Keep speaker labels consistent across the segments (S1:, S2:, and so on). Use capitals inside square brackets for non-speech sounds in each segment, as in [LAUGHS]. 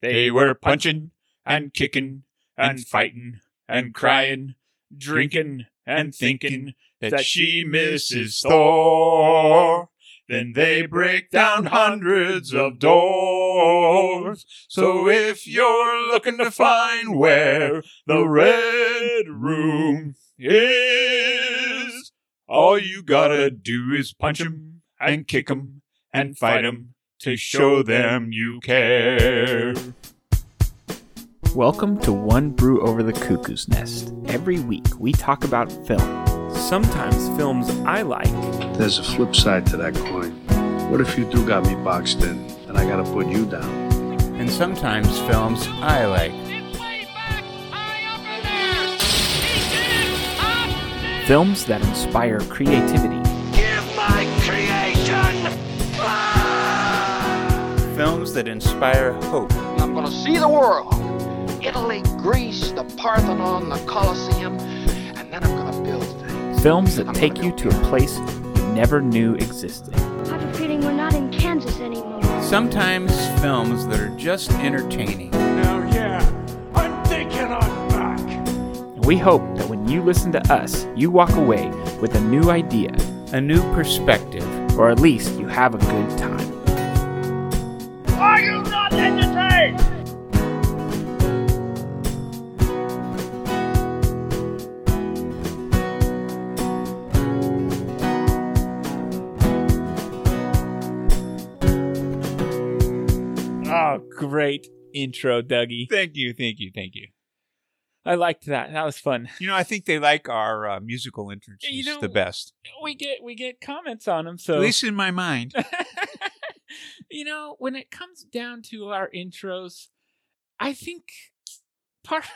S1: They were punching and kicking and fighting and crying, drinking and thinking that she misses Thor. Then they break down hundreds of doors. So if you're looking to find where the Red Room is, all you gotta do is punch 'em and kick 'em and fight 'em to show them you care.
S2: Welcome to One Brew Over the Cuckoo's Nest. Every week we talk about film. Sometimes films I like.
S3: There's a flip side to that coin. What if you do got me boxed in and I gotta put you down?
S4: and sometimes films I like.
S5: It's way back, high up in there. He did it. Up.
S2: Films that inspire creativity.
S4: Films that inspire hope.
S6: I'm going to see the world. Italy, Greece, the Parthenon, the Colosseum, and then I'm going to build things.
S2: Films that
S6: I'm
S2: take
S6: gonna
S2: you
S6: build
S2: to a place you never knew existed.
S7: I have a feeling we're not in Kansas anymore.
S4: Sometimes films that are just entertaining.
S2: And we hope that when you listen to us, you walk away with a new idea,
S4: A new perspective.
S2: or at least you have a good time.
S5: Are you not entertained?
S8: Oh, great intro, Dougie.
S1: Thank you, thank you, thank you.
S8: I liked that. That was fun.
S1: You know, I think they like our uh, musical entrances
S8: You know-
S1: the best.
S8: We get we get comments on them, so
S1: At least in my mind.
S8: [LAUGHS] you know when it comes down to our intros, I think part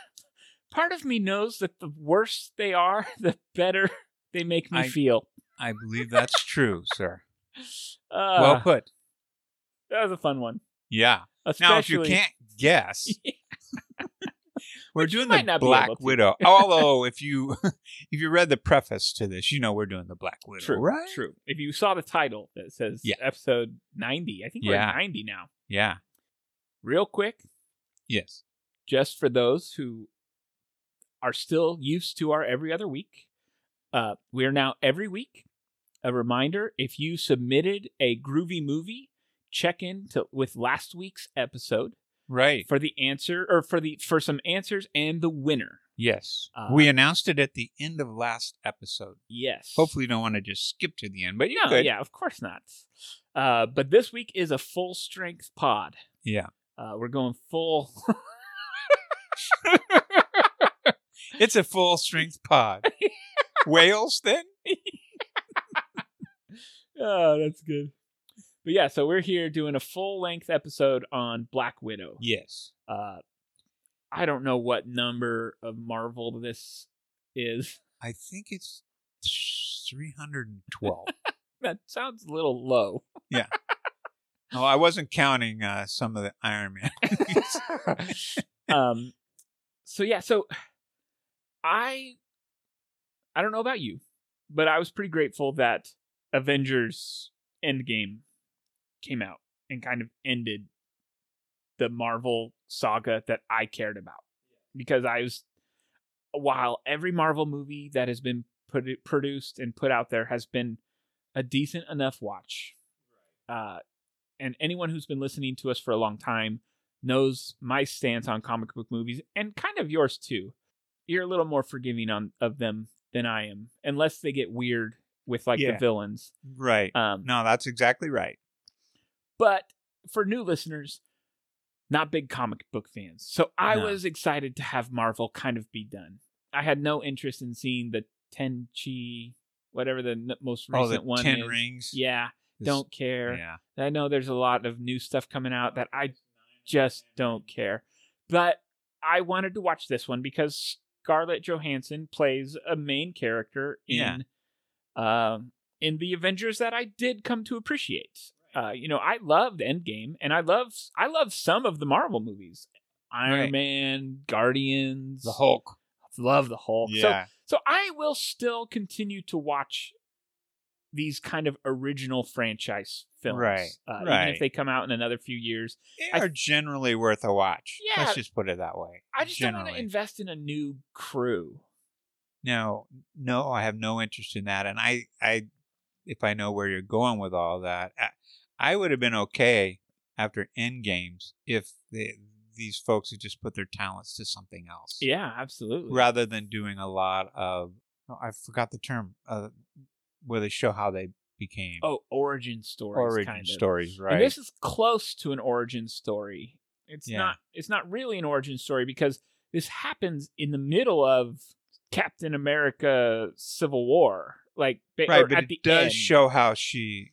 S8: part of me knows that the worse they are, [LAUGHS] the better they make me
S1: I-
S8: feel.
S1: I believe
S8: [LAUGHS]
S1: that's true, sir.
S8: Uh,
S1: well put.
S8: that was a fun one.
S1: Yeah. Now, if
S8: Especially
S1: you can't
S8: [LAUGHS]
S1: guess, we're doing
S8: might
S1: the
S8: not be
S1: Black
S8: able to.
S1: Widow. Although, if you [LAUGHS] if you read the preface to this, you know we're doing the Black Widow,
S8: true,
S1: right?
S8: True. If you saw the title that says
S1: Yeah.
S8: episode ninety, I think we're
S1: Yeah.
S8: at ninety now.
S1: Yeah.
S8: Real quick,
S1: Yes.
S8: just for those who are still used to our every other week. Uh, we are now every week. A reminder: if you submitted a groovy movie, check in to, with last week's episode
S1: Right.
S8: for the answer or for the for some answers and the winner.
S1: Yes.
S8: Uh,
S1: we announced it at the end of last episode.
S8: Yes,
S1: Hopefully, you don't want to just skip to the end, but you
S8: No,
S1: could.
S8: yeah, of course not. Uh, but this week is a full strength pod.
S1: Yeah.
S8: Uh, we're going full. [LAUGHS]
S1: It's a full strength
S8: [LAUGHS]
S1: pod. Whales, then?
S8: oh, that's good. But yeah, so we're here doing a full length episode on Black Widow.
S1: Yes.
S8: uh I don't know what number of Marvel this is. [LAUGHS]
S1: I think it's 312.
S8: That sounds a little low.
S1: oh, I wasn't counting uh, some of the Iron Man. [LAUGHS] movies.
S8: um so yeah, so I I don't know about you, but I was pretty grateful that Avengers Endgame came out and kind of ended the Marvel saga that I cared about. Because I was while every Marvel movie that has been put, produced and put out there has been a decent enough watch. Uh, and anyone who's been listening to us for a long time knows my stance on comic book movies and kind of yours too. You're a little more forgiving on of them than I am, unless they get weird with like
S1: Yeah.
S8: the villains.
S1: right.
S8: Um,
S1: No, that's exactly right.
S8: but for new listeners, not big comic book fans. So I
S1: No.
S8: was excited to have Marvel kind of be done. I had no interest in seeing the Ten Chi, whatever the n- most
S1: All
S8: recent
S1: Oh, the
S8: one
S1: Ten
S8: is.
S1: Rings.
S8: Yeah,
S1: This-
S8: don't care.
S1: Yeah.
S8: I know there's a lot of new stuff coming out that I just don't care. But I wanted to watch this one because Scarlett Johansson plays a main character
S1: Yeah.
S8: in um in the Avengers that I did come to appreciate. Uh, you know, I loved Endgame and I love I love some of the Marvel movies. Iron
S1: Right.
S8: Man, Guardians,
S1: The Hulk.
S8: love the Hulk. So
S1: Yeah.
S8: so I will still continue to watch these kind of original franchise films,
S1: Right,
S8: Uh, Even if
S1: right.
S8: they come out in another few years, I-
S1: They are generally worth a watch.
S8: Yeah.
S1: Let's just put it that way.
S8: I just
S1: generally.
S8: don't want to invest in a new crew.
S1: No, no, I have no interest in that. And I, I, if I know where you're going with all that, I, I would have been okay after end games if the, these folks had just put their talents to something else,
S8: Yeah, absolutely.
S1: rather than doing a lot of. No, I forgot the term uh, where they show how they became
S8: Oh, origin stories.
S1: origin
S8: kind of.
S1: stories, right?
S8: And this is close to an origin story. It's
S1: Yeah.
S8: not it's not really an origin story because this happens in the middle of Captain America Civil War. Like ba-
S1: right,
S8: or
S1: but
S8: at
S1: it
S8: the
S1: does
S8: end.
S1: show how she.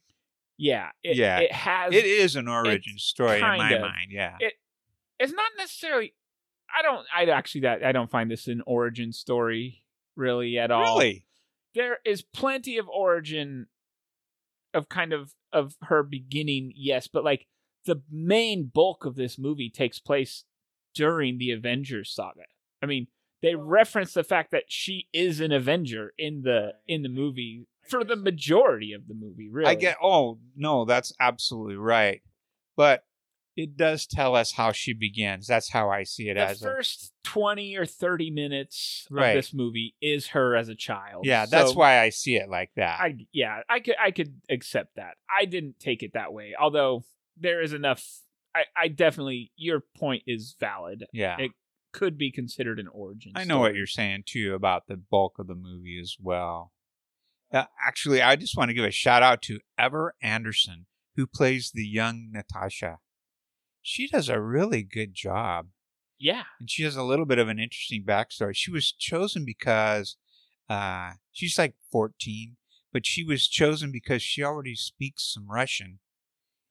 S8: Yeah. It,
S1: Yeah.
S8: It has
S1: It is an origin story in my
S8: kind of.
S1: mind. Yeah.
S8: it's not necessarily I don't I actually that I don't find this an origin story really at all.
S1: Really?
S8: There is plenty of origin of kind of of her beginning, yes, but like the main bulk of this movie takes place during the Avengers saga. I mean, they reference the fact that she is an Avenger in the in the movie for the majority of the movie, really.
S1: I get. Oh no, that's absolutely right. But it does tell us how she begins. That's how I see it
S8: the
S1: as. a,
S8: first 20 or 30 minutes
S1: Right.
S8: of this movie is her as a child.
S1: yeah, that's
S8: So
S1: why I see it like that.
S8: I yeah, I could I could accept that. I didn't take it that way. Although there is enough I I definitely your point is valid.
S1: yeah,
S8: it- Could be considered an origin.
S1: I know what you're saying too about the bulk of the movie as well. Uh, actually, I just want to give a shout out to Ever Anderson, who plays the young Natasha. She does a really good job.
S8: Yeah.
S1: and she has a little bit of an interesting backstory. She was chosen because uh, she's like 14, but she was chosen because she already speaks some Russian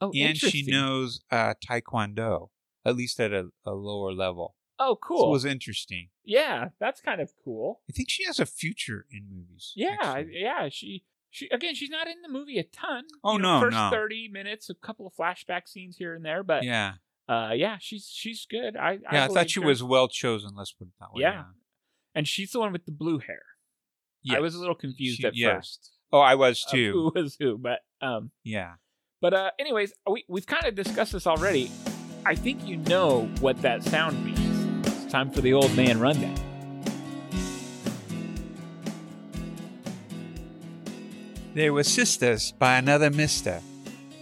S8: Oh,
S1: and she
S8: interesting.
S1: knows uh, Taekwondo, at least at a, a lower level.
S8: Oh,
S1: So
S8: cool.
S1: it was interesting.
S8: yeah, that's kind of cool.
S1: I think she has a future in movies.
S8: Yeah, I-
S1: actually.
S8: yeah. She she again. She's not in the movie a ton.
S1: Oh,
S8: You know,
S1: no,
S8: First
S1: no.
S8: thirty minutes, a couple of flashback scenes here and there, but
S1: yeah,
S8: uh yeah she's she's good i
S1: yeah. I, thought
S8: believed
S1: she
S8: her.
S1: was well chosen. Let's put it that way.
S8: Yeah. and she's the one with the blue hair i was a
S1: Yes.
S8: little confused
S1: She-
S8: at
S1: yeah.
S8: first
S1: Oh, I was
S8: of
S1: too.
S8: who [LAUGHS] was who but um
S1: Yeah.
S8: but uh anyways we, we've kind of discussed this already i think you know what that sound means it's time for the old man rundown
S1: They were sisters by another mister,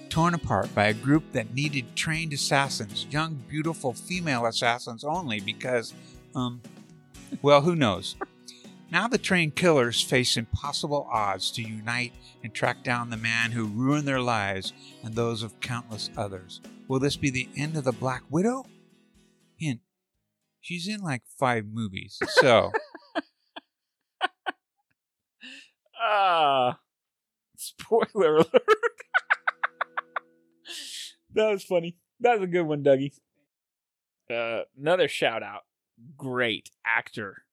S1: torn apart by a group that needed trained assassins, young, beautiful female assassins only because, um, well, who knows? [LAUGHS] Now the trained killers face impossible odds to unite and track down the man who ruined their lives and those of countless others. Will this be the end of the Black Widow? Hint, she's in like five movies, so
S8: ah [LAUGHS] spoiler alert [LAUGHS] that was funny that was a good one dougie uh another shout out great actor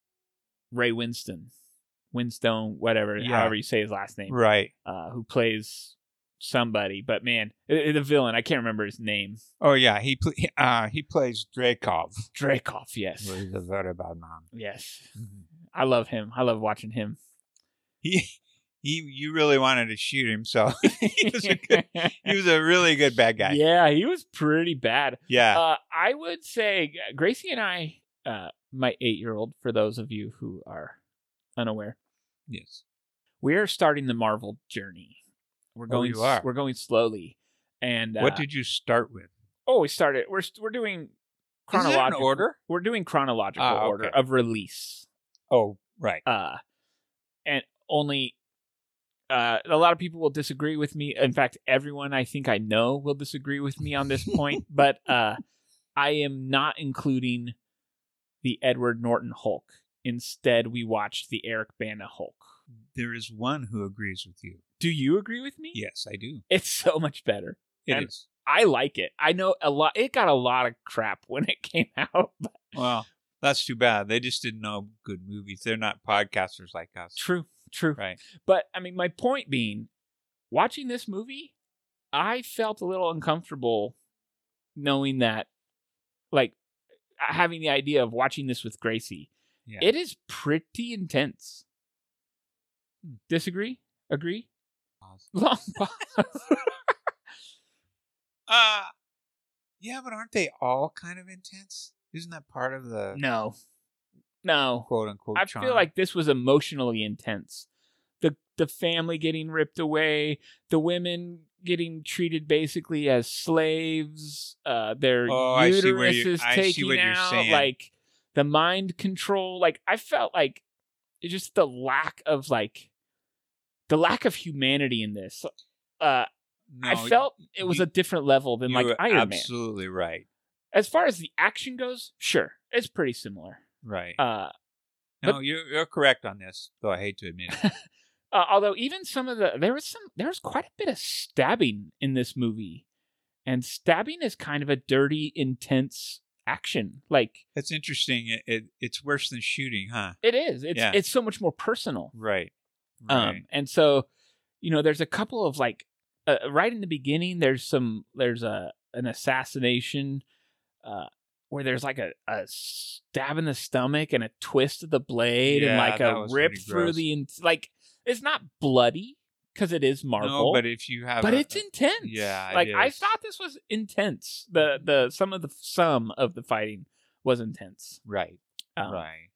S8: ray winston winstone whatever
S1: Yeah.
S8: however you say his last name
S1: right.
S8: uh, who plays somebody but man i- the villain i can't remember his name
S1: Oh yeah, he pl- uh, he plays Dracov.
S8: Dracoff, yes
S1: He's a very bad man.
S8: yes
S1: Mhm.
S8: i love him i love watching him
S1: [LAUGHS] He, he, you really wanted to shoot him, so [LAUGHS] [LAUGHS] he was a
S8: [LAUGHS]
S1: good, he was a really good bad guy. Yeah,
S8: yeah he was pretty bad Uh, I would say Gracie and I, uh, my eight year old, for those of you who are unaware,
S1: yes,
S8: we are starting the Marvel journey. We're
S1: Oh,
S8: going.
S1: you are.
S8: We're going slowly. And uh,
S1: what did you start with?
S8: Oh, we started. We're st- we're doing chronological
S1: order?
S8: We're doing chronological
S1: Ah,
S8: order
S1: okay.
S8: of release.
S1: Oh, right.
S8: Uh, and only. Uh, a lot of people will disagree with me. In fact, everyone I think I know will disagree with me on this point. but uh, I am not including the Edward Norton Hulk. Instead, we watched the Eric Bana Hulk.
S1: There is one who agrees with you.
S8: Do you agree with me?
S1: Yes, I do.
S8: It's so much better.
S1: It is.
S8: And- I like it. I know a lot. It got a lot of crap when it [LAUGHS] came out. But
S1: Well, that's too bad. They just didn't know good movies. They're not podcasters like us.
S8: true, true.
S1: Right.
S8: But I mean, my point being, watching this movie, I felt a little uncomfortable knowing that, like, having the idea of watching this with Gracie.
S1: Yeah. Hmm.
S8: It is pretty intense. Disagree? Agree? [LAUGHS] Long pause.
S9: Uh, yeah, but aren't they all kind of intense? Isn't that part of the
S8: no, no.
S9: quote unquote?
S8: I
S9: charm?
S8: feel like this was emotionally intense. The the family getting ripped away, the women getting treated basically as slaves, uh, their
S9: Oh, I see where you-
S8: uteruses
S9: I see
S8: taken
S9: what you're
S8: out,
S9: saying.
S8: like the mind control. Like I felt like it's just the lack of like the lack of humanity in this. Uh, I
S9: No,
S8: felt it was
S9: you-
S8: a different level than like
S9: you're
S8: Iron Man.
S9: absolutely right.
S8: As far as the action goes, sure, it's pretty similar.
S9: Right.
S8: Uh,
S9: no, you're, you're correct on this, though I hate to admit
S8: [LAUGHS]
S9: it.
S8: Uh, although even some of the there was some there was quite a bit of stabbing in this movie, and stabbing is kind of a dirty, intense action. Like
S9: That's interesting. It, it it's worse than shooting, huh?
S8: it is. It's
S9: Yeah.
S8: it's so much more personal.
S9: Right.
S8: Um, and so, you know, there's a couple of like uh, right in the beginning. There's some there's a an assassination, uh, where there's like a, a stab in the stomach and a twist of the blade and
S9: Yeah,
S8: like
S9: that
S8: a
S9: was
S8: rip
S9: pretty
S8: through
S9: gross.
S8: the in- like it's not bloody because it is Marvel.
S9: no, but if you have,
S8: but
S9: a-
S8: it's intense.
S9: Yeah, it
S8: like I
S9: is.
S8: thought this was intense. The the some of the sum of the fighting was intense.
S9: right,
S8: Um,
S9: right.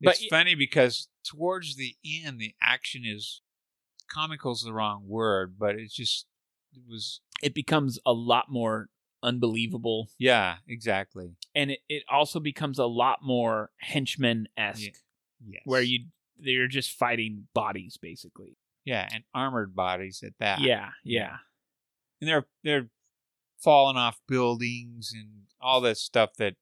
S8: but
S9: it's
S8: y-
S9: funny because towards the end, the action is comical's the wrong word, but it's just it was
S8: It becomes a lot more unbelievable,
S9: yeah, exactly.
S8: and it, it also becomes a lot more henchman esque,
S9: Yeah, Yes.
S8: where you you're just fighting bodies basically.
S9: yeah, and armored bodies at that.
S8: Yeah, yeah.
S9: and they're they're falling off buildings and all that stuff that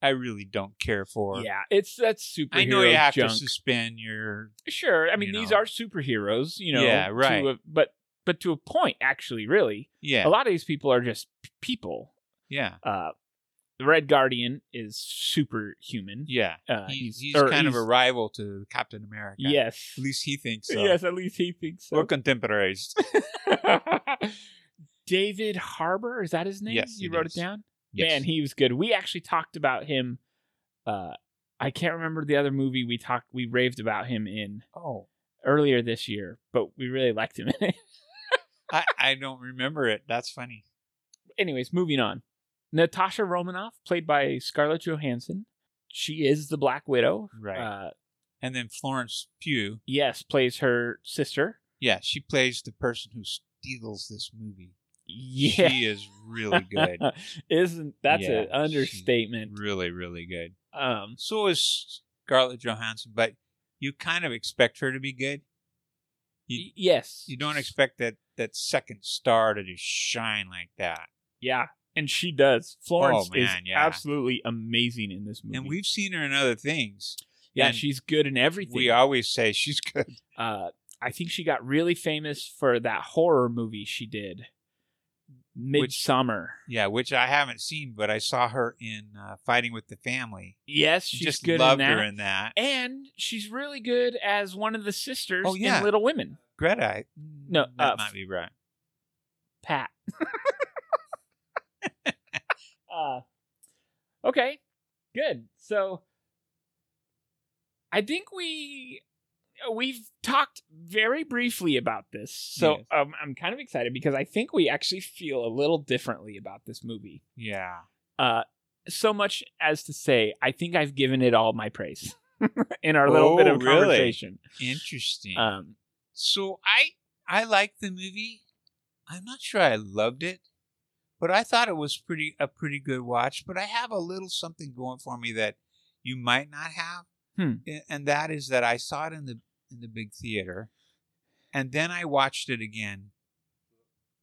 S9: I really don't care for.
S8: yeah, it's that's super.
S9: I know you have
S8: junk.
S9: to suspend your
S8: Sure, I mean
S9: you
S8: these
S9: know.
S8: are superheroes, you know.
S9: Yeah, right.
S8: To a, but but to a point, actually, really,
S9: yeah
S8: a lot of these people are just p- people.
S9: yeah
S8: uh the red guardian is superhuman
S9: yeah.
S8: uh,
S9: He- he's
S8: or
S9: kind of a
S8: he's-
S9: rival to Captain America.
S8: yes [LAUGHS]
S9: at least he thinks so.
S8: yes at least he thinks
S9: We're
S8: so
S9: contemporaries.
S8: [LAUGHS] david harbor is that his name
S9: Yes,
S8: you
S9: it
S8: wrote
S9: is.
S8: it down
S9: Yes.
S8: man he was good we actually talked about him uh i can't remember the other movie we talked we raved about him in
S9: oh,
S8: earlier this year but we really liked him [LAUGHS] in it
S9: I, I don't remember it. That's funny.
S8: anyways, moving on. Natasha Romanoff, played by Scarlett Johansson, she is the Black Widow.
S9: Right.
S8: Uh,
S9: And then Florence Pugh,
S8: yes, plays her sister.
S9: yeah, she plays the person who steals this movie.
S8: Yeah,
S9: She is really good.
S8: [LAUGHS] Isn't that's
S9: Yeah,
S8: an understatement?
S9: really, really good.
S8: Um,
S9: so is Scarlett Johansson, but you kind of expect her to be good. You-
S8: y- yes,
S9: You don't expect that that second star to just shine like that.
S8: Yeah, and she does. Florence
S9: Oh, man,
S8: is
S9: yeah.
S8: absolutely amazing in this movie.
S9: And we've seen her in other things.
S8: yeah,
S9: and
S8: she's good in everything.
S9: We always say she's [LAUGHS] good.
S8: uh, I think she got really famous for that horror movie she did, Midsummer.
S9: Yeah, which I haven't seen, but I saw her in uh, Fighting with the Family.
S8: yes, she's
S9: just
S8: good
S9: loved
S8: in that.
S9: her in that.
S8: and she's really good as one of the sisters
S9: Oh, yeah.
S8: in Little Women.
S9: Greta, I-
S8: No,
S9: that
S8: uh,
S9: might be right.
S8: Pat. uh, okay, good. So I think we we've talked very briefly about this. So
S9: Yes.
S8: um, I'm kind of excited because I think we actually feel a little differently about this movie.
S9: Yeah,
S8: Uh, so much as to say, I think I've given it all my praise [LAUGHS] in our little bit
S9: Oh,
S8: of
S9: really?
S8: conversation.
S9: interesting.
S8: Um,
S9: So I I liked the movie. I'm not sure I loved it, but I thought it was pretty a pretty good watch. But I have a little something going for me that you might not have,
S8: Hmm.
S9: A- and that is that I saw it in the in the big theater, and then I watched it again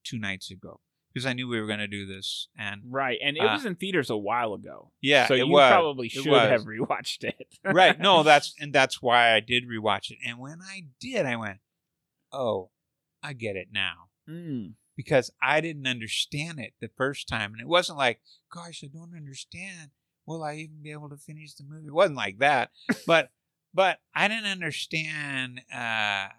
S9: two nights ago because I knew we were going to do this. And
S8: Right, and it
S9: Uh,
S8: was in theaters a while ago.
S9: yeah,
S8: so
S9: it
S8: you
S9: was.
S8: probably
S9: It
S8: should
S9: was.
S8: have rewatched it.
S9: [LAUGHS] right. No,
S8: [LAUGHS]
S9: that's and that's why I did rewatch it. And when I did, I went, "Oh, I get it now."
S8: Mm,
S9: because I didn't understand it the first time. And it wasn't like, gosh, I don't understand. Will I even be able to finish the movie? It wasn't like that. but but I didn't understand uh,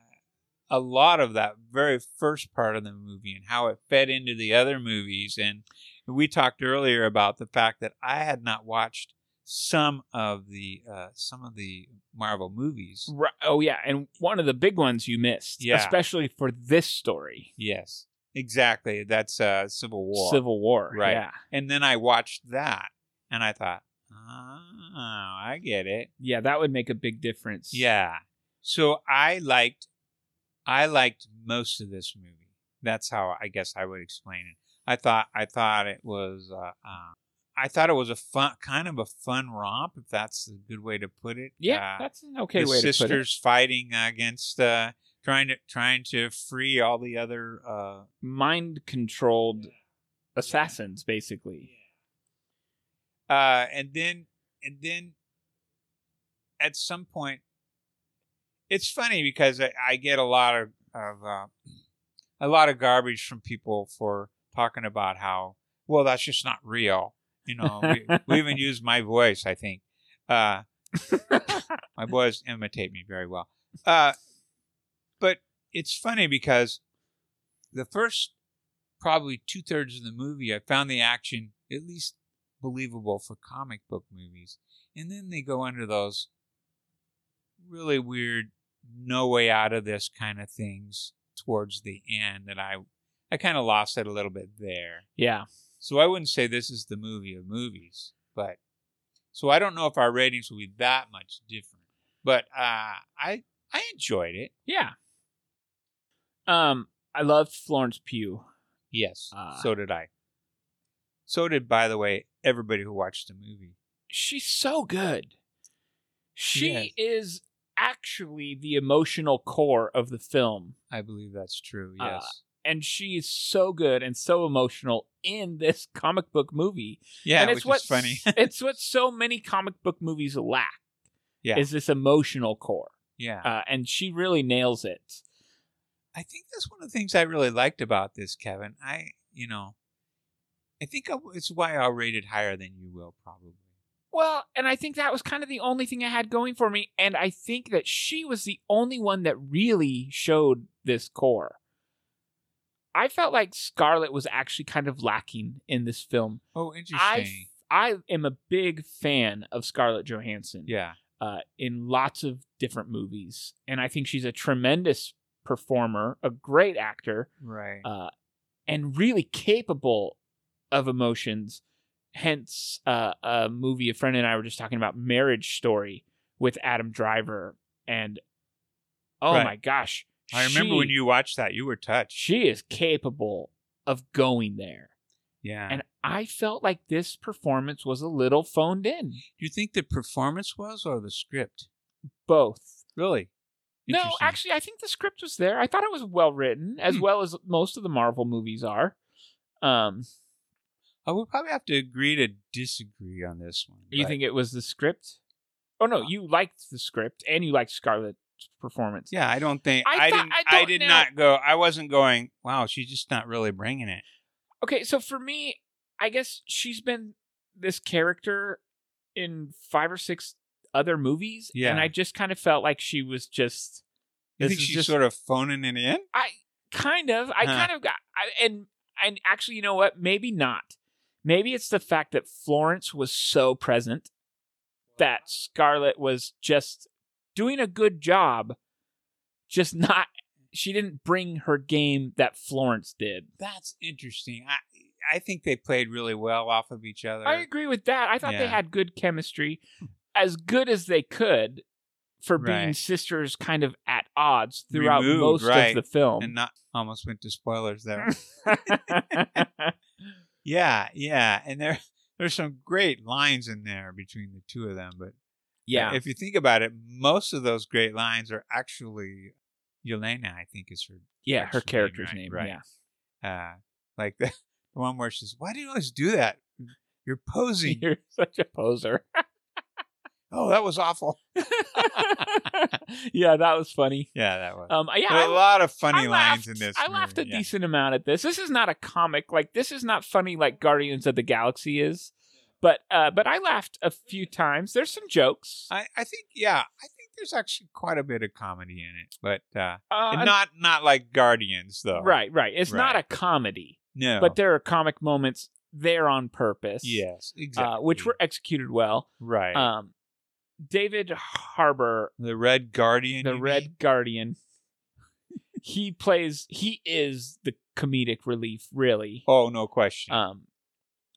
S9: a lot of that very first part of the movie and how it fed into the other movies. And we talked earlier about the fact that I had not watched some of the uh, some of the Marvel movies.
S8: Right. Oh yeah, and one of the big ones you missed,
S9: Yeah.
S8: especially for this story,
S9: Yes, exactly. That's uh, Civil War.
S8: Civil War.
S9: Right.
S8: Yeah.
S9: And then I watched that, and I thought, oh, I get it.
S8: Yeah, that would make a big difference.
S9: Yeah. So I liked I liked most of this movie. That's how I guess I would explain it. I thought I thought it was uh, uh, I thought it was a fun kind of a fun romp if that's a good way to put it.
S8: Yeah,
S9: Uh,
S8: that's an okay
S9: the
S8: way
S9: sisters
S8: to put it.
S9: fighting against uh, trying to trying to free all the other uh,
S8: Mind controlled assassins, basically.
S9: uh, and then and then at some point it's funny because I, I get a lot of, of uh, a lot of garbage from people for talking about how well that's just not real you know we, we even use my voice i think uh, my boys imitate me very well uh, but it's funny because the first probably two-thirds of the movie i found the action at least believable for comic book movies. And then they go under those really weird no way out of this kind of things towards the end that I I kind of lost it a little bit there.
S8: Yeah.
S9: So I wouldn't say this is the movie of movies, but so I don't know if our ratings will be that much different. But uh I I enjoyed it.
S8: Yeah. Um, I loved Florence Pugh.
S9: Yes.
S8: Ah.
S9: so did I. So did by the way everybody who watched the movie.
S8: She's so good. She
S9: Yes.
S8: is actually the emotional core of the film.
S9: I believe that's true.
S8: Ah.
S9: Yes.
S8: And she is so good and so emotional in this comic book movie.
S9: yeah,
S8: and
S9: which
S8: it's what's
S9: is funny.
S8: it's what so many comic book movies lack.
S9: Yeah.
S8: Is this emotional core.
S9: Yeah.
S8: Uh, and she really nails it.
S9: I think that's one of the things I really liked about this, Kevin. I, you know, I think I, it's why I'll rate it higher than you will, probably.
S8: Well, and I think that was kind of the only thing I had going for me. And I think that she was the only one that really showed this core. I felt like Scarlet was actually kind of lacking in this film.
S9: Oh,
S8: I,
S9: interesting.
S8: I am a big fan of Scarlett Johansson.
S9: yeah.
S8: uh, in lots of different movies, and I think she's a tremendous performer, a great actor,
S9: Right.
S8: uh, and really capable of emotions. Hence, uh, a movie a friend and I were just talking about, Marriage Story, with Adam Driver, and oh
S9: Right.
S8: my gosh,
S9: I remember when
S8: she-
S9: you watched that, you were touched.
S8: she is capable of going there,
S9: Yeah.
S8: and I felt like this performance was a little phoned in.
S9: do you think the performance was or the script?
S8: Both
S9: Really?
S8: No,
S9: Interesting. Hmm.
S8: actually, I think the script was there. I thought it was well written, as well as most of the Marvel movies are. Um,
S9: I would probably have to agree to disagree on this one.
S8: you
S9: but-
S8: think it was the script? Oh
S9: Uh-huh.
S8: no, you liked the script and you liked Scarlett's performance.
S9: Yeah, I don't think
S8: I
S9: I,
S8: thought-
S9: didn't.
S8: I
S9: I,
S8: don't
S9: did
S8: know.
S9: not go. I wasn't going. Wow, she's just not really bringing it.
S8: Okay, so for me, I guess she's been this character in five or six other movies,
S9: Yeah.
S8: and I just kind of felt like she was just
S9: You
S8: This
S9: think
S8: is
S9: she's
S8: just-
S9: sort of phoning it in?
S8: kind of. I
S9: Huh.
S8: kind of got I, and and actually, you know what? Maybe not. Maybe it's the fact that Florence was so present that Scarlett was just doing a good job, just [LAUGHS] not. She didn't bring her game that Florence did.
S9: That's interesting. I I think they played really well off of each other.
S8: I agree with that. I thought they
S9: Uh, Yeah.
S8: had good chemistry, as good as they could for being
S9: Right.
S8: sisters, kind of at odds throughout
S9: Removed,
S8: most of
S9: right.
S8: the film.
S9: and not almost went to spoilers
S8: [LAUGHS]
S9: there. [LAUGHS] yeah, yeah. And there there's some great lines in there between the two of them, but
S8: yeah,
S9: if you think about it, most of those great lines are actually Yelena, I think is her
S8: yeah, her
S9: Actually,
S8: character's
S9: right,
S8: name.
S9: right.
S8: Yeah,
S9: uh like [LAUGHS] the, the one where she says, Why do you always do that?
S8: [LAUGHS]
S9: You're [LAUGHS] posing.
S8: you're such a
S9: [LAUGHS]
S8: poser.
S9: oh, that was awful.
S8: [LAUGHS] yeah, that was funny.
S9: Yeah, that was.
S8: Um, yeah,
S9: There are
S8: I,
S9: a lot of funny
S8: I
S9: lines
S8: laughed,
S9: in this.
S8: I laughed
S9: movie,
S8: a
S9: yeah.
S8: decent amount at this. This is not a comic. Like this is not funny like Guardians of the Galaxy is. But uh, but I laughed a few times. There's some jokes.
S9: I, I think yeah, I think there's actually quite a bit of comedy in it, but uh,
S8: Uh,
S9: and not not like Guardians though.
S8: right, right. It's not
S9: Right.
S8: a comedy,
S9: No.
S8: but there are comic moments there on purpose.
S1: Yes, exactly.
S8: uh, which were executed well.
S1: right.
S8: Um, David Harbour,
S1: the Red Guardian.
S8: the
S1: you mean?
S8: Red Guardian, he plays. He is the comedic relief, really.
S1: Oh, no question.
S8: Um,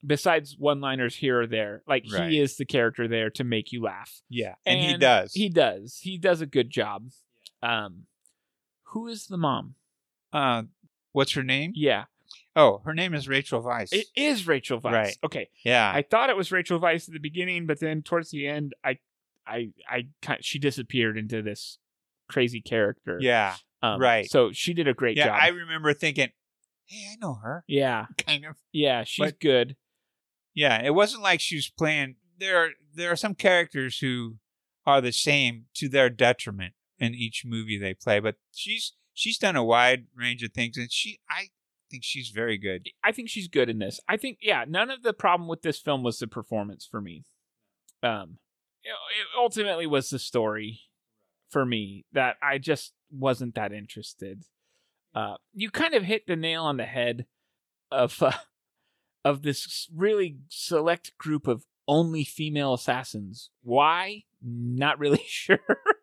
S8: besides one-liners here or there, like
S1: Right.
S8: he is the character there to make you laugh.
S1: yeah, and, he does.
S8: He does. He does a good job. Um, who is the mom?
S1: uh, what's her name?
S8: Yeah,
S1: Oh, her name is Rachel Weisz.
S8: it is Rachel Weisz.
S1: Right.
S8: Okay,
S1: yeah,
S8: I thought it was Rachel Weisz at the beginning, but then towards the end, I, I, I, kind she disappeared into this crazy character.
S1: yeah,
S8: Um,
S1: right.
S8: So she did a great
S1: yeah.
S8: job.
S1: I remember thinking, "Hey, I know her."
S8: yeah,
S1: Kind of.
S8: yeah, she's
S1: But-
S8: good.
S1: Yeah, it wasn't like she was playing. There, are, there are some characters who are the same to their detriment in each movie they play, but she's she's done a wide range of things, and she, I think she's very good.
S8: I think she's good in this. I think yeah, none of the problem with this film was the performance for me. Um, it it ultimately was the story for me that I just wasn't that interested. Uh, you kind of hit the nail on the head of uh, of this really select group of only female assassins. Why? Not really [LAUGHS] sure.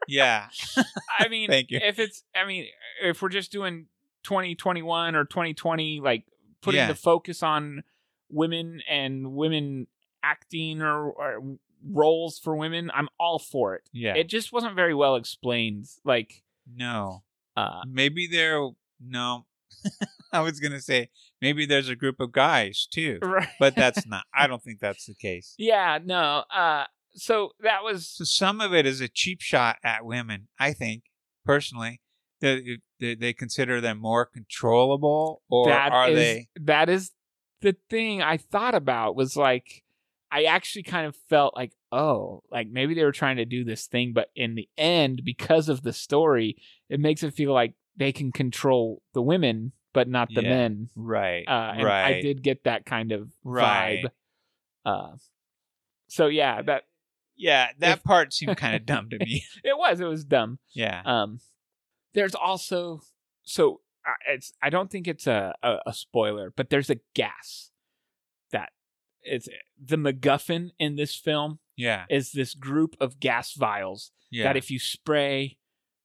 S1: Yeah,
S8: [LAUGHS] I mean,
S1: Thank you.
S8: if it's, I mean, if we're just doing 2021 or 2020, like putting
S1: Yeah.
S8: the focus on women and women acting or, or roles for women, I'm all for it.
S1: yeah.
S8: It just wasn't very well explained. Like,
S1: no,
S8: uh, [LAUGHS]
S1: maybe there. No, [LAUGHS] I was gonna say maybe there's a group of guys too,
S8: [LAUGHS]
S1: but that's not. I don't think that's the case.
S8: yeah, no. Uh, so that was,
S1: So some of it is a cheap shot at women. I think personally, that it- they, they consider them more controllable, or
S8: that
S1: are
S8: is-
S1: they?
S8: that is the thing I thought about was like, I actually kind of felt like, oh, like maybe they were trying to do this thing, but in the end, because of the story, it makes it feel like they can control the women, but not the
S1: Yeah.
S8: men.
S1: Right,
S8: Uh, and
S1: right.
S8: I did get that kind of
S1: Right.
S8: vibe. Uh, so yeah, that
S1: Yeah, that
S8: If-
S1: part seemed kind of dumb to
S8: [LAUGHS]
S1: me.
S8: it was it was dumb.
S1: Yeah,
S8: Um, there's also so uh, it's I don't think it's a, a a spoiler, but there's a gas that it's the MacGuffin in this film
S1: yeah,
S8: is this group of gas vials
S1: yeah.
S8: that if you spray,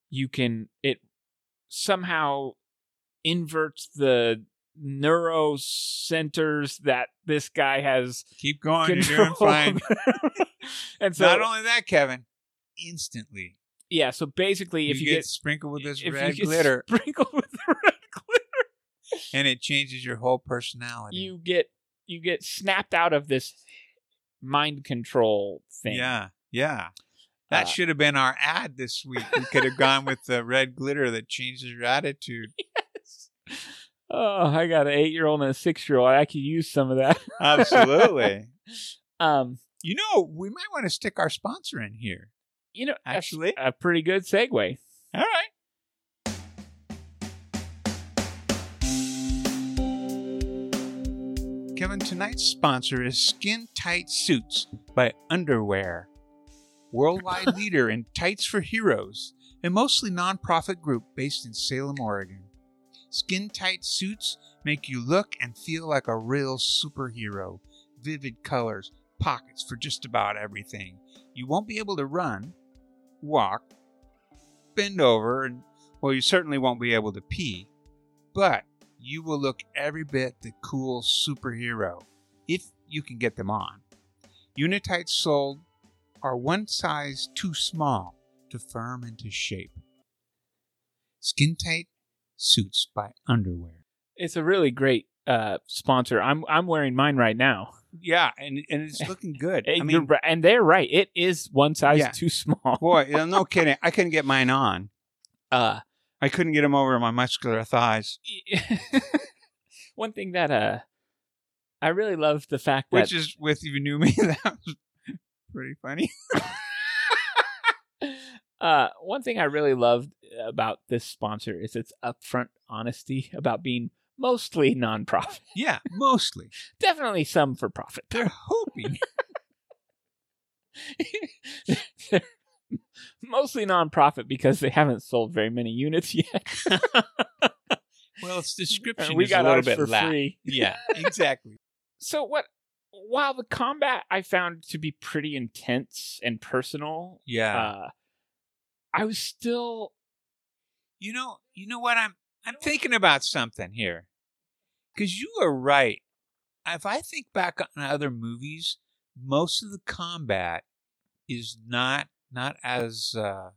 S8: you can it somehow inverts the neuro centers that this guy has
S1: Keep going, Oh, you're
S8: control. [LAUGHS]
S1: doing fine.
S8: over. and so
S1: Not only that, Kevin, instantly
S8: yeah, so basically, if you,
S1: get,
S8: get
S1: sprinkled with this
S8: if you
S1: red
S8: get [LAUGHS]
S1: glitter,
S8: sprinkled with the red glitter,
S1: and it changes your whole personality.
S8: you get you get snapped out of this mind control thing.
S1: Yeah, yeah. That
S8: Uh,
S1: should have been our ad this week. We could have gone with the red glitter that changes your attitude.
S8: Oh, I got an eight-year-old and a six-year-old. I could use some of that. [LAUGHS]
S1: Absolutely.
S8: Um,
S1: [LAUGHS] you know, we might want to stick our sponsor in here.
S8: you know, that's
S1: Actually-
S8: a pretty good segue.
S1: All right. Kevin, tonight's sponsor is Skin Tight Suits by Underwear, worldwide leader in tights for heroes, a mostly nonprofit group based in Salem, Oregon. Skin tight suits make you look and feel like a real superhero. Vivid colors, pockets for just about everything. You won't be able to run, walk, bend over and well you certainly won't be able to pee but you will look every bit the cool superhero if you can get them on unitites sold are one size too small to firm into shape skin tight suits by underwear
S8: It's a really great uh, sponsor. I'm I'm wearing mine right now.
S1: yeah and, and [LAUGHS] it's looking good
S8: It- you're ri- and they're right. It is one size
S1: Yeah.
S8: too small. [LAUGHS]
S1: boy no kidding i couldn't get mine on
S8: Uh, [LAUGHS]
S1: i couldn't get them over my muscular thighs
S8: one thing that uh, I really love the fact that
S1: which is with you knew me [LAUGHS] that was pretty funny
S8: Uh, one thing I really loved uh, about this sponsor is its upfront honesty about being mostly nonprofit, [LAUGHS]
S1: yeah mostly
S8: definitely some for profit.
S1: They're hoping.
S8: [LAUGHS] mostly nonprofit because they haven't sold very many units [LAUGHS] yet.
S1: well, its
S8: And
S1: description
S8: we
S1: is
S8: got
S1: a little
S8: ours
S1: bit
S8: for
S1: lax.
S8: free.
S1: Yeah, exactly.
S8: [LAUGHS] so what while the combat I found to be pretty intense and personal,
S9: Yeah.
S8: uh I was still
S9: you know, you know what I'm I'm thinking about something here. Cuz you are right. If I think back on other movies, most of the combat is not not as uh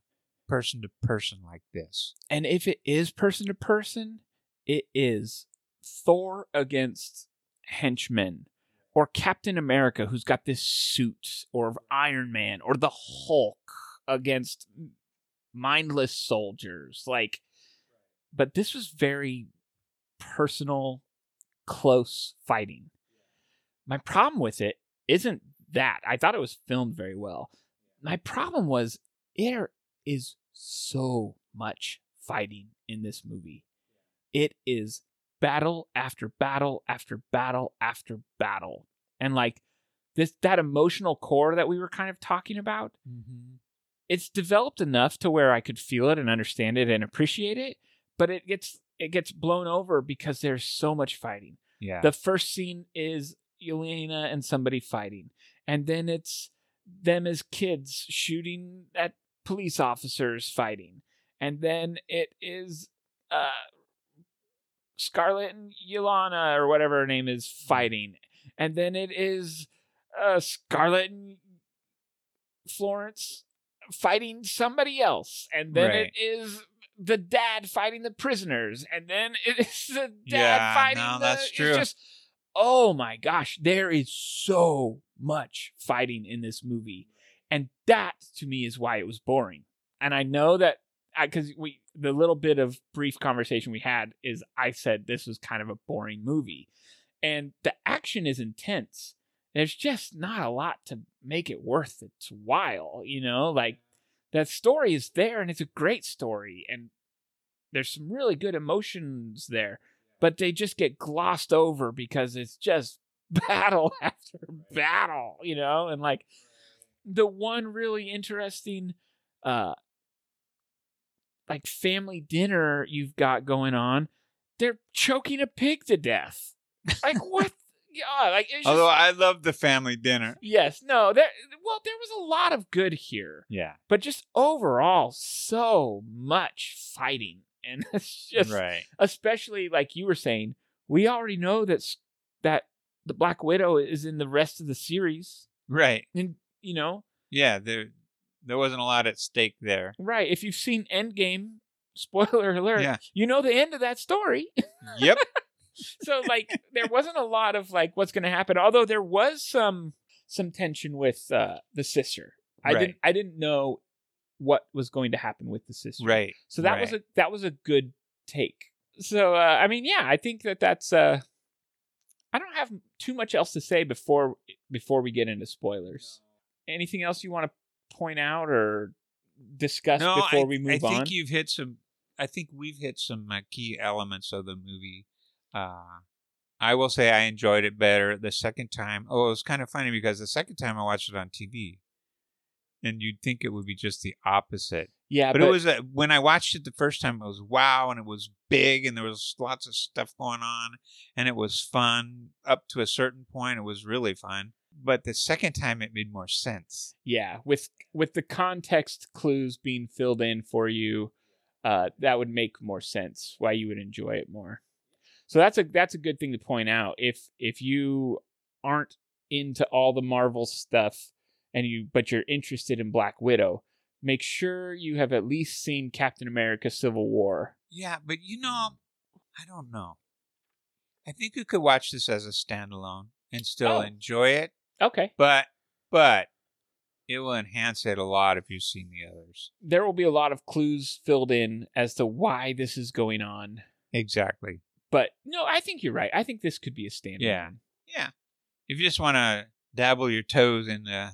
S9: person to person like this.
S8: and if it is person to person, it is Thor against henchmen or Captain America who's got this suit or Iron Man or the Hulk against mindless soldiers like but this was very personal close fighting. My problem with it isn't that. I thought it was filmed very well. My problem was there is so much fighting in this movie. It is battle after battle after battle after battle. And like this that emotional core that we were kind of talking about, it's developed enough to where I could feel it and understand it and appreciate it, but it gets it gets blown over because there's so much fighting.
S9: Yeah.
S8: The first scene is Elena and somebody fighting, and then it's them as kids shooting at police officers fighting, and then it is uh, Scarlett and Yolana or whatever her name is
S9: Mm-hmm.
S8: fighting, and then it is uh, Scarlett and Florence fighting somebody else, and then
S9: Right.
S8: it is the dad fighting the prisoners, and then [LAUGHS] it is the dad
S9: Yeah,
S8: fighting
S9: no,
S8: the.
S9: that's
S8: it's
S9: true.
S8: just, oh my gosh, there is so much fighting in this movie, and that to me is why it was boring. And I know that because we the little bit of brief conversation we had is I said this was kind of a boring movie, and the action is intense. There's just not a lot to make it worth its while, you know. Like that story is there, and it's a great story, and there's some really good emotions there, but they just get glossed over because it's just [LAUGHS] battle after battle, you know. And like the one really interesting uh like family dinner you've got going on, they're choking a pig to death. Like what? Yeah, like it's just,
S9: Although I love the family dinner.
S8: yes, no, there. Well, there was a lot of good here,
S9: Yeah.
S8: but just overall, so much fighting, and [LAUGHS] it's just
S9: right.
S8: especially like you were saying, we already know that s- that the Black Widow is in the rest of the series,
S9: Right.
S8: and you know,
S9: Yeah, there there wasn't a lot at stake there.
S8: right? If you've seen Endgame, [LAUGHS] spoiler alert,
S9: Yeah.
S8: you know the end of that story.
S9: Yep.
S8: [LAUGHS] so like there wasn't a lot of like what's going to happen although there was some some tension with uh the sister i
S9: Right.
S8: didn't i didn't know what was going to happen with the sister
S9: right.
S8: so that was a that was a good take so uh i mean yeah i think that that's uh i don't have too much else to say before before we get into spoilers anything else you want to point out or discuss before
S9: I,
S8: we
S9: I
S8: move
S9: think
S8: on
S9: you've hit some. I think we've hit some uh, key elements of the movie. Uh, I will say I enjoyed it better the second time. Oh, it was kind of funny because the second time I watched it on TV, and you'd think it would be just the opposite.
S8: yeah
S9: But, it was uh, when I watched it the first time. It was wow, and it was big, and there was lots of stuff going on, and it was fun up to a certain point. It was really fun. But the second time, it made more sense.
S8: yeah with with the context clues being filled in for you uh that would make more sense why you would enjoy it more so that's a that's a good thing to point out if if you aren't into all the marvel stuff and you but you're interested in black widow make sure you have at least seen captain america civil war
S9: Yeah, but you know, I don't know. I think you could watch this as a standalone and still
S8: Oh.
S9: enjoy it,
S8: okay
S9: but but it will enhance it a lot if you've seen the others.
S8: there will be a lot of clues filled in as to why this is going on
S9: Exactly.
S8: but no i think you're right i think this could be a standalone
S9: Yeah. Yeah. If you just want to dabble your toes in uh,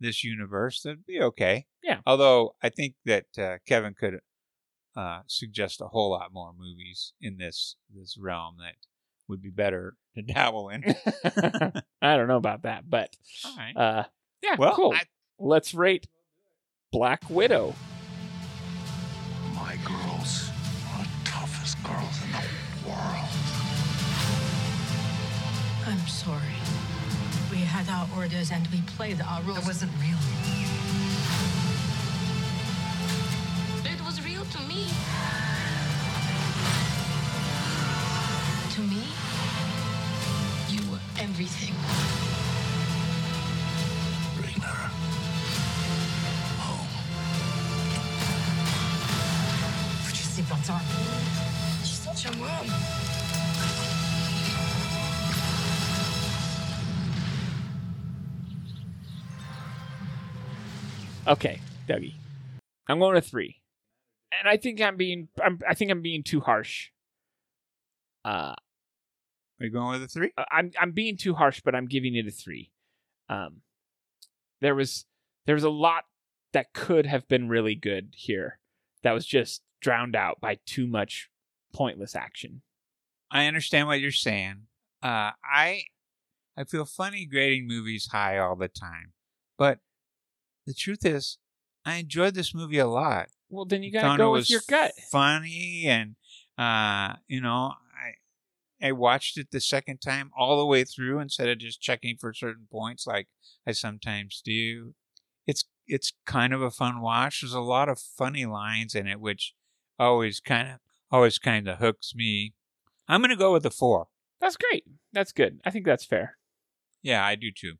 S9: this universe, that'd be okay.
S8: Yeah.
S9: Although I think that uh, Kevin could uh, suggest a whole lot more movies in this this realm that would be better
S1: [LAUGHS]
S9: to dabble in.
S8: [LAUGHS] I don't know about that, but
S9: All right.
S8: uh, yeah,
S9: Well,
S8: cool.
S9: I-
S8: Let's rate Black Widow.
S3: My girls are the toughest girls in the world.
S10: I'm sorry.
S11: our orders and we played our roles. It wasn't real.
S5: It was real to me.
S11: To me, you were everything.
S12: Bring her home.
S11: Je sais pas ça. She's such a mom.
S8: Okay, Dougie. I'm going to three. And I think I'm being I'm, I think I'm being too harsh. Uh
S1: Are you going with a three?
S8: I- I'm I'm being too harsh, but I'm giving it a three. Um, there was there was a lot that could have been really good here that was just drowned out by too much pointless action.
S1: I understand what you're saying. Uh, I I feel funny grading movies high all the time, but the truth is, I enjoyed this movie a lot.
S8: Well, then you
S1: I
S8: gotta
S1: found
S8: go
S1: it
S8: with
S1: was
S8: your gut.
S1: Funny and uh, you know, I I watched it the second time all the way through instead of just checking for certain points like I sometimes do. It's it's kind of a fun watch. There's a lot of funny lines in it, which always kind of always kind of hooks me. I'm gonna go with the four.
S8: That's great. That's good. I think that's fair.
S1: Yeah, I do too.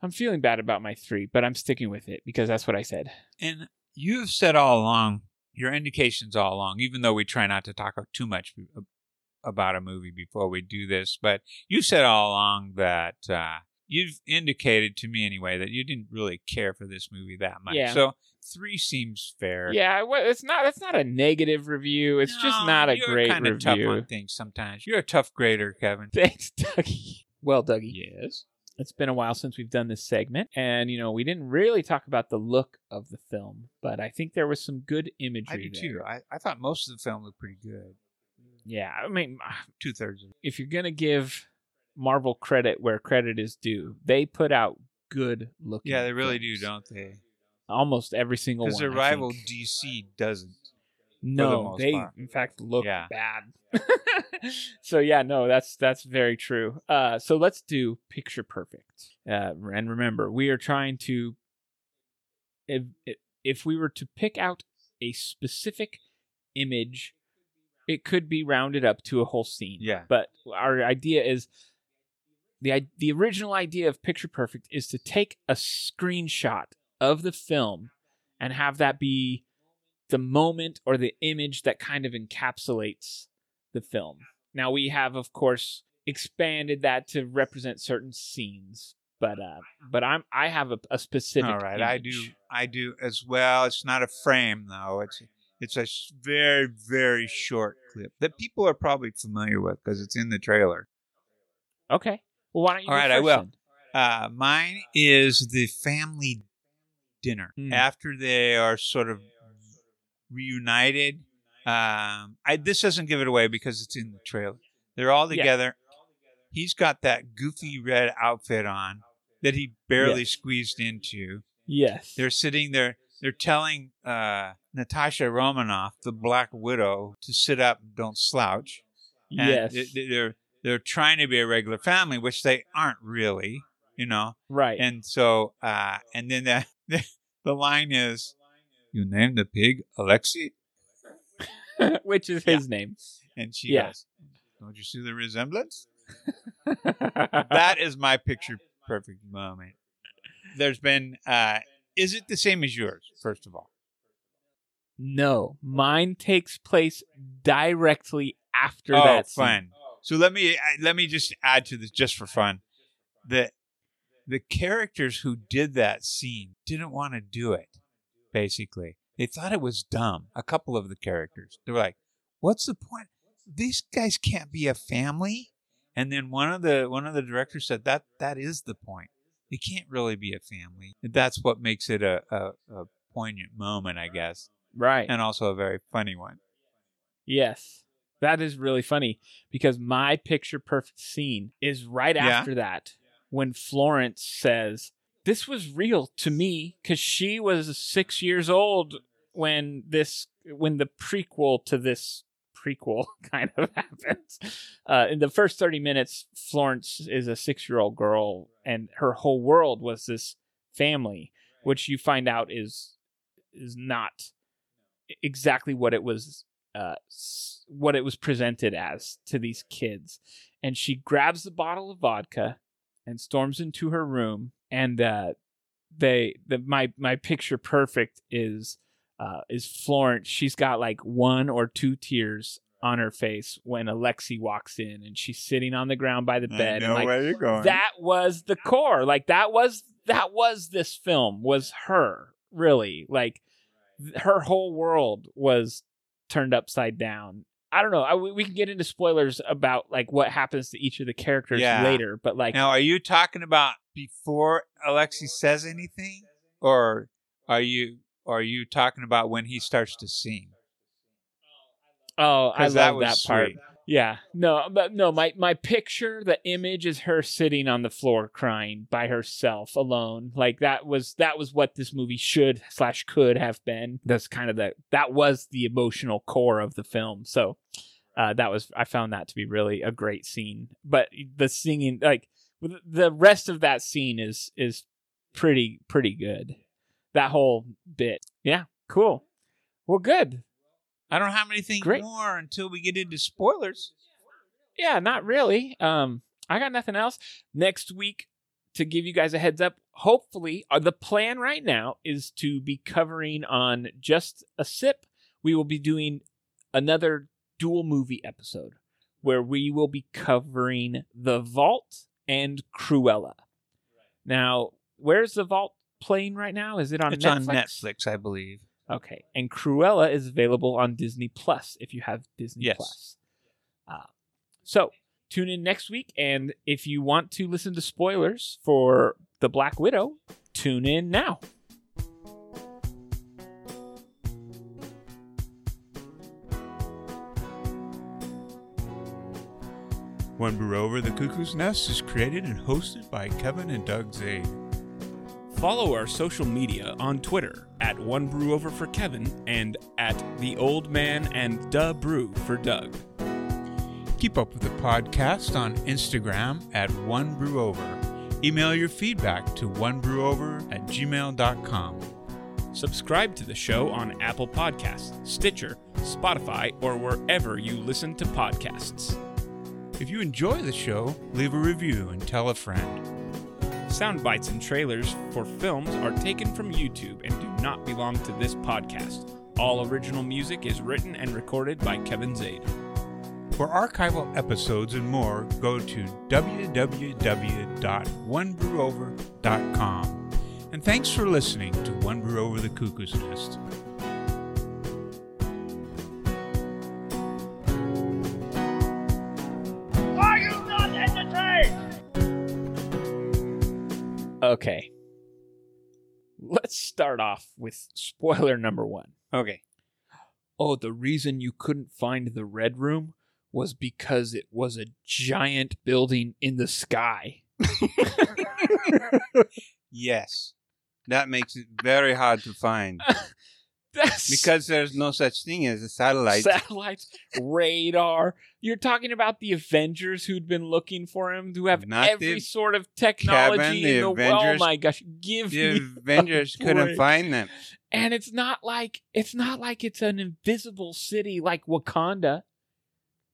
S8: I'm feeling bad about my three, but I'm sticking with it because that's what I said.
S1: And you have said all along, your indications all along, even though we try not to talk too much about a movie before we do this, but you said all along that uh, you've indicated to me anyway that you didn't really care for this movie that much.
S8: Yeah.
S1: So three seems fair.
S8: Yeah, well, it's not. That's not a negative review. It's just
S1: No,
S8: not a
S1: you're
S8: great
S1: kinda
S8: review.
S1: Tough on things sometimes. You're a tough grader, Kevin.
S8: Thanks, Dougie. Well, Dougie.
S1: Yes.
S8: it's been a while since we've done this segment and you know we didn't really talk about the look of the film but i think there was some good imagery
S1: I do
S8: there.
S1: too. I, I thought most of the film looked pretty good.
S8: yeah i mean
S1: Two thirds of it.
S8: if you're gonna give marvel credit where credit is due they put out good looking
S1: Yeah, they really do,
S8: films.
S1: don't they?
S8: almost every single one
S1: Because their
S8: I
S1: rival
S8: think.
S1: DC doesn't.
S8: no
S1: most
S8: they
S1: part.
S8: in fact look
S1: Yeah.
S8: bad [LAUGHS] so yeah no that's that's very true uh so let's do picture perfect uh and remember we are trying to if if we were to pick out a specific image it could be rounded up to a whole scene
S1: Yeah.
S8: but our idea is the i- the original idea of picture perfect is to take a screenshot of the film and have that be the moment or the image that kind of encapsulates the film. Now we have of course expanded that to represent certain scenes, but uh but I'm I have a, a specific
S1: All right, I do.
S8: image.
S1: I do as well. It's not a frame though. It's it's a s- very very short clip that people are probably familiar with because it's in the trailer.
S8: Okay. Well, why don't you
S1: All
S8: go
S1: right, I
S8: first
S1: will.
S8: then?
S1: Uh, mine is the family dinner
S8: Hmm.
S1: after they are sort of reunited. Um, I this doesn't give it away because it's in the trailer. They're all
S8: Yeah.
S1: together. He's got that goofy red outfit on that he barely
S8: Yes.
S1: squeezed into.
S8: Yes.
S1: They're sitting there. They're telling uh, Natasha Romanoff, the Black Widow, to sit up, and don't slouch. And
S8: yes.
S1: they- they- They're they're trying to be a regular family, which they aren't really, you know.
S8: right.
S1: And so, uh, and [LAUGHS] then the, the line is, "You named the pig Alexi,"
S8: [LAUGHS] Which is
S1: [LAUGHS]
S8: his name.
S1: and she
S8: Yeah.
S1: goes, "Don't you see the resemblance?" that is my picture perfect moment. There's been. Uh, is it the same as yours? First of all,
S8: no, mine takes place directly after
S1: oh,
S8: that. scene.
S1: fun. So let me I- let me just add to this just for fun. The the characters who did that scene didn't want to do it. Basically, they thought it was dumb. A couple of the characters they were like, "What's the point? These guys can't be a family." And then one of the one of the directors said that that is the point. They can't really be a family. That's what makes it a, a, a poignant moment, I guess,
S8: Right.
S1: and also a very funny one.
S8: Yes. That is really funny because my picture perfect scene is right
S1: Yeah.
S8: after that when Florence says, This was real to me because she was six years old when this, when the prequel to this prequel [LAUGHS] kind of happens. Uh, in the first 30 minutes, Florence is a six year old girl, and her whole world was this family, which you find out is is not e-, exactly what it was uh, s- what it was presented as to these kids. And she grabs the bottle of vodka and storms into her room. And uh, they, the, my my picture perfect is uh, is Florence. She's got like one or two tears on her face when Alexi walks in, and she's sitting on the ground by the
S1: I
S8: bed. and,
S1: know
S8: like,
S1: where you're going.
S8: That was the core. Like that was that was this film was her really like th- her whole world was turned upside down. I don't know. I, we we can get into spoilers about like what happens to each of the characters
S9: Yeah.
S8: later, but like
S9: now, are you talking about before Alexi says anything, or are you are you talking about when he starts to sing?
S8: Oh, I love
S9: 'Cause that
S8: that,
S9: was
S8: part.
S9: sweet.
S8: Yeah. No, but no, my my picture, the image is her sitting on the floor crying by herself alone. Like that was that was what this movie should slash could have been. That's kind of the that was the emotional core of the film. So uh that was I found that to be really a great scene. But the singing like the rest of that scene is is pretty pretty good. That whole bit. Yeah, cool. Well, good.
S9: I don't have anything more until we get into spoilers.
S8: Yeah, not really. Um, I got nothing else. Next week, to give you guys a heads up, hopefully, uh, the plan right now is to be covering on just a sip. We will be doing another dual movie episode where we will be covering The Vault and Cruella. Now, where's The Vault playing right now? Is it on
S9: it's
S8: Netflix?
S9: on Netflix, I believe.
S8: Okay, and Cruella is available on Disney Plus if you have Disney
S9: Yes.
S8: Plus. Uh, so tune in next week, and if you want to listen to spoilers for the Black Widow, tune in now.
S4: When We're Over the Cuckoo's Nest is created and hosted by Kevin and Doug Zade.
S13: Follow our social media on Twitter at One Brew Over for Kevin and at The Old Man and Duh Brew for Doug.
S4: Keep up with the podcast on Instagram at One Brew Over. Email your feedback to onebrewover at gmail.com.
S13: Subscribe to the show on Apple Podcasts, Stitcher, Spotify, or wherever you listen to podcasts.
S4: If you enjoy the show, leave a review and tell a friend.
S13: Sound bites and trailers for films are taken from YouTube and do not belong to this podcast. All original music is written and recorded by Kevin Zade.
S4: For archival episodes and more, go to www.onebrewover.com. And thanks for listening to One Brew Over the Cuckoo's Nest. [LAUGHS]
S5: Are you not entertained?
S8: Okay, let's start off with spoiler number one.
S9: Okay.
S8: Oh, the reason you couldn't find the Red Room was because it was a giant building in the sky.
S9: Yes, that makes it very hard to [LAUGHS] find because there's no such thing as a satellite.
S8: satellites, radar. You're talking about the Avengers who'd been looking for him, who have
S9: Not
S8: every
S9: the-
S8: sort of
S9: Kevin,
S8: technology
S9: the
S8: in the world. Oh
S9: Avengers-
S8: my gosh, give
S9: the
S8: me [LAUGHS] a
S9: Avengers couldn't
S8: break.
S9: find them.
S8: And it's not like it's not like it's an invisible city like Wakanda.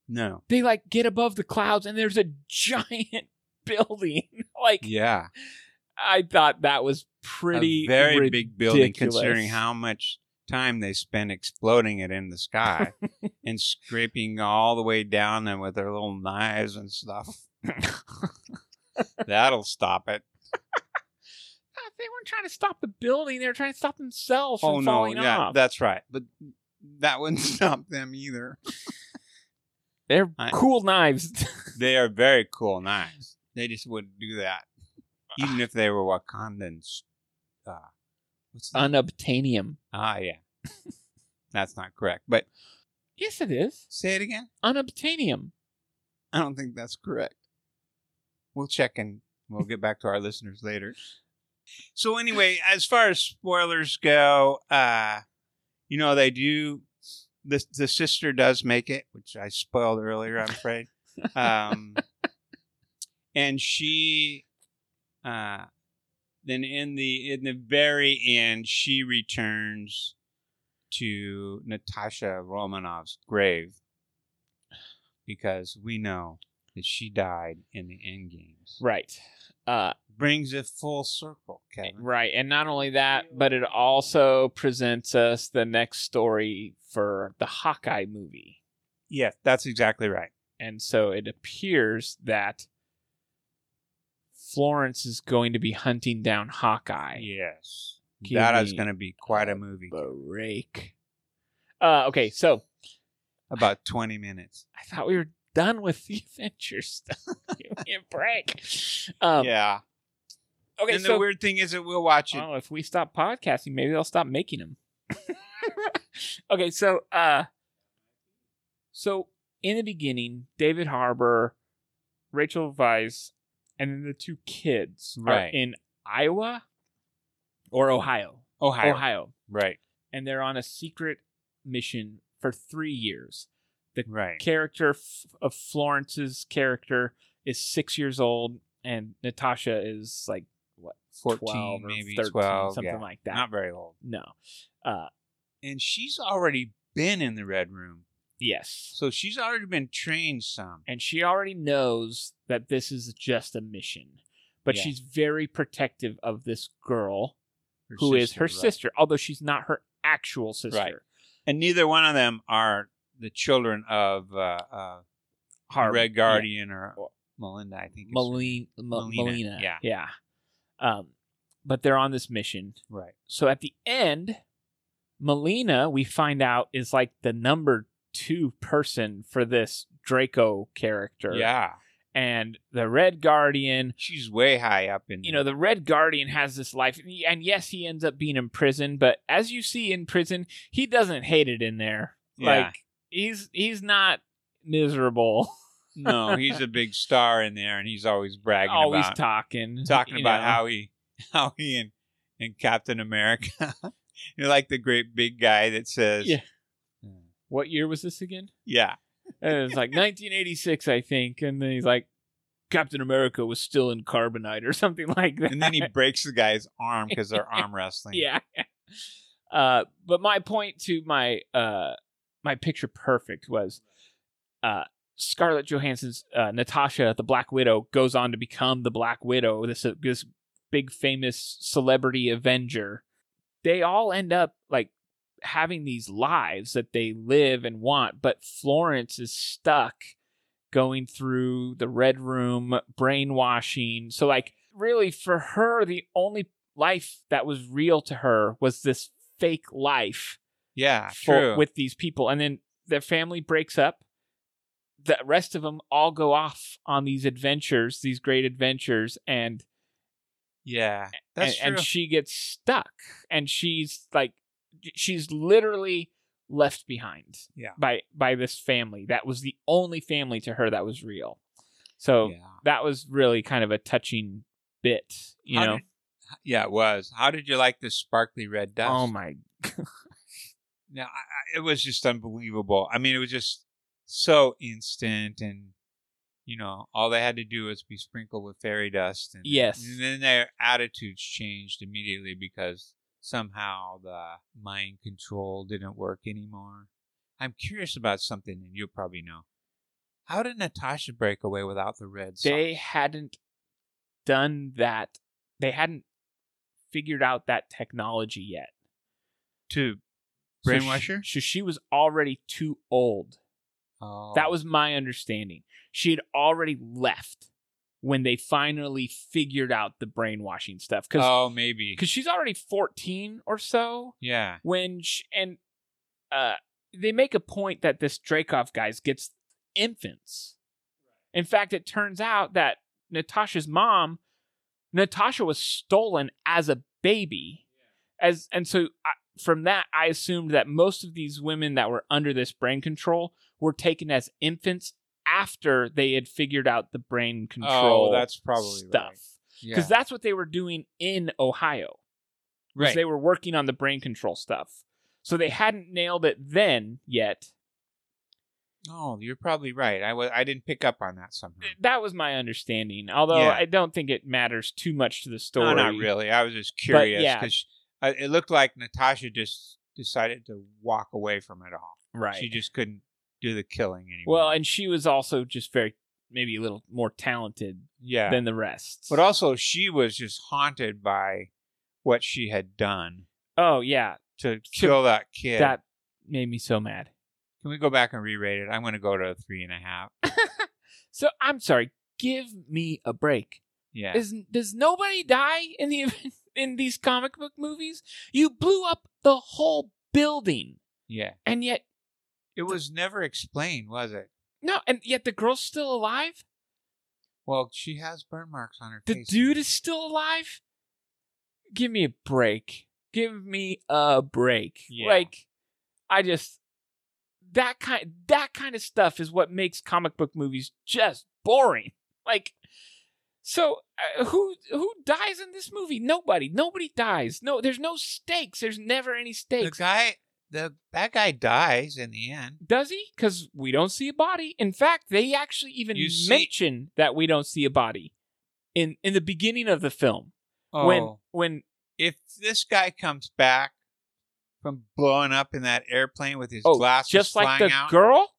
S9: No.
S8: They like get above the clouds and there's a giant [LAUGHS] building. [LAUGHS] like
S9: Yeah.
S8: I thought that was pretty
S9: a very big building
S8: ridiculous.
S9: considering how much time they spend exploding it in
S8: [LAUGHS]
S9: the sky and scraping all the way down and with their little knives and stuff.
S8: [LAUGHS]
S9: That'll stop it.
S8: God, Ah, they weren't trying to stop the building. They were trying to stop themselves from
S9: oh no,
S8: falling
S9: yeah,
S8: off.
S9: that's right. But that wouldn't [LAUGHS] stop them either.
S8: They're
S9: cool
S8: knives. [LAUGHS]
S9: they are very cool knives. They just wouldn't do that, even if they were Wakandans. Uh, what's that?
S8: Unobtainium.
S9: ah, yeah, that's not correct. But
S8: Yes, it is.
S9: Say it again.
S8: Unobtainium.
S9: I don't think that's correct. We'll check and we'll get back to our listeners later. So anyway, as far as spoilers go, uh, you know they do the the sister does make it, which I spoiled earlier, I'm [LAUGHS] afraid. Um, and she, uh, then in the in the very end, she returns to Natasha Romanov's grave because we know that she died in the end games.
S8: Right. Uh,
S9: Brings it full circle, Kevin.
S8: Right. And not only that, but it also presents us the next story for the Hawkeye movie.
S9: Yeah, that's exactly right.
S8: And so it appears that Florence is going to be hunting down Hawkeye.
S9: Yes.
S8: Give
S9: that is
S8: me
S9: going to be quite a movie.
S8: Break. Uh, okay, so
S9: About 20 minutes.
S8: I thought we were done with the [LAUGHS] adventure stuff. [LAUGHS] Give me a break. Um,
S9: Oh. yeah.
S8: Okay,
S9: And the
S8: so
S9: weird thing is that we'll watch it.
S8: Oh, if we stop podcasting, maybe they'll stop making them. [LAUGHS] okay, so uh so in the beginning, David Harbour, Rachel Weisz, and then the two kids
S9: Right.
S8: are in Iowa or Ohio.
S9: Oh, Ohio.
S8: Ohio.
S9: Right.
S8: And they're on a secret mission for 3 years. The
S9: Right.
S8: character f- of Florence's character is 6 years old and Natasha is like what
S9: 14,
S8: 12 or
S9: maybe
S8: 13,
S9: 12.
S8: something
S9: yeah.
S8: like that.
S9: Not very old.
S8: No. Uh,
S9: and she's already been in the Red Room.
S8: Yes.
S9: So she's already been trained some.
S8: and she already knows that this is just a mission, but
S9: Yeah.
S8: she's very protective of this girl
S9: Her
S8: who is
S9: sister,
S8: her
S9: right.
S8: sister, although she's not her actual sister.
S9: Right. And neither one of them are the children of uh, uh,
S8: Harb-
S9: Red
S8: yeah.
S9: Guardian or Melinda, I think. is her
S8: Malin-
S9: name.
S8: Ma- Melina.
S9: Yeah.
S8: Yeah. Um, but they're on this mission.
S9: Right.
S8: So at the end, Melina, we find out, is like the number two person for this Draco character.
S9: Yeah.
S8: And the Red Guardian
S9: She's way high up in
S8: you know the red guardian has this life and he- and yes he ends up being in prison but as you see in prison he doesn't hate it in there
S9: Yeah.
S8: like he's he's not miserable [LAUGHS]
S9: no, he's a big star in there, and he's always bragging,
S8: always [LAUGHS]
S9: about,
S8: talking
S9: talking
S8: you
S9: about
S8: know.
S9: how he, [LAUGHS] how he and and Captain America, [LAUGHS] you're like the great big guy that says,
S8: Yeah. what year was this again
S9: yeah,
S8: and it's like 1986 i think and then he's like captain america was still in carbonite or something [LAUGHS] like that
S9: and then he breaks the guy's arm
S8: [LAUGHS]
S9: because they're arm wrestling.
S8: yeah uh but my point to my uh my picture perfect was uh scarlett johansson's uh, natasha the black widow goes on to become the black widow this uh, this big famous celebrity avenger they all end up like having these lives that they live and want but florence is stuck going through the red room brainwashing so like really for her the only life that was real to her was this fake life
S9: yeah,
S8: for-
S9: Ah, true.
S8: with these people and then their family breaks up the rest of them all go off on these adventures these great adventures and
S9: yeah,
S8: and,
S9: that's
S8: and
S9: true.
S8: she gets stuck and she's like she's literally left behind
S9: Yeah.
S8: by by this family that was the only family to her that was real so
S9: Yeah.
S8: that was really kind of a touching bit you
S9: How
S8: know
S9: did- yeah, it was. How did you like the sparkly red dust?
S8: oh my
S9: No, I, I, it was just unbelievable. I mean, it was just so instant, and you know, all they had to do was be sprinkled with fairy dust, and
S8: Yes.
S9: and then their attitudes changed immediately because somehow the mind control didn't work anymore. I'm curious about something, and you'll probably know. How did Natasha break away without the red? socks?
S8: they hadn't done that they hadn't figured out that technology yet
S9: to
S8: So
S9: brainwash
S8: she-
S9: her?
S8: so she was already too old
S9: Oh,
S8: That was my understanding. She had already left when they finally figured out the brainwashing stuff because [LAUGHS]
S9: oh maybe
S8: she's already 14 or so
S9: yeah
S8: when she, and uh they make a point that this Dracov guys gets infants. In fact, it turns out that Natasha's mom Natasha was stolen as a baby. As and so I, from that I assumed that most of these women that were under this brain control were taken as infants after they had figured out the brain control
S9: oh that's probably
S8: stuff
S9: because
S8: because that's what they were doing in Ohio. 'Cause
S9: Right.
S8: They were working on the brain control stuff. So they hadn't nailed it then yet.
S9: Oh, you're probably right. I was I didn't pick up on that somehow.
S8: That was my understanding. Although
S9: Yeah.
S8: I don't think it matters too much to the story.
S9: No, not really. I was just
S8: But
S9: curious
S8: yeah.
S9: because it looked like Natasha just decided to walk away from it all.
S8: Right.
S9: She just couldn't do the killing anymore.
S8: Well, and she was also just very maybe a little more talented
S9: Yeah.
S8: than the rest.
S9: But also, she was just haunted by what she had done
S8: Oh yeah.
S9: to kill that kid.
S8: That made me so mad.
S9: Can we go back and re-rate it? I'm going to go to a three and a half.
S8: So I'm sorry. Give me a break.
S9: Yeah.
S8: Is does nobody die in the [LAUGHS] in these comic book movies? You blew up the whole building,
S9: yeah.
S8: and yet
S9: It was never explained, was it?
S8: no, and yet the girl's still alive.
S9: Well, she has burn marks on her
S8: The
S9: face.
S8: dude is still alive. Give me a break. Give me a break.
S9: Yeah.
S8: Like I just that kind that kind of stuff is what makes comic book movies just boring. [LAUGHS] Like so uh, who who dies in this movie? Nobody. Nobody dies. No, there's no stakes. There's never any
S9: The
S8: stakes.
S9: guy, the that guy dies in the end.
S8: Does he? Cuz we don't see a body. In fact, they actually even
S9: You see-
S8: mention that we don't see a body in in the beginning of the film.
S9: Oh.
S8: When when
S9: if this guy comes back from blowing up in that airplane with his glasses
S8: Oh, just like
S9: flying
S8: the
S9: out,
S8: girl.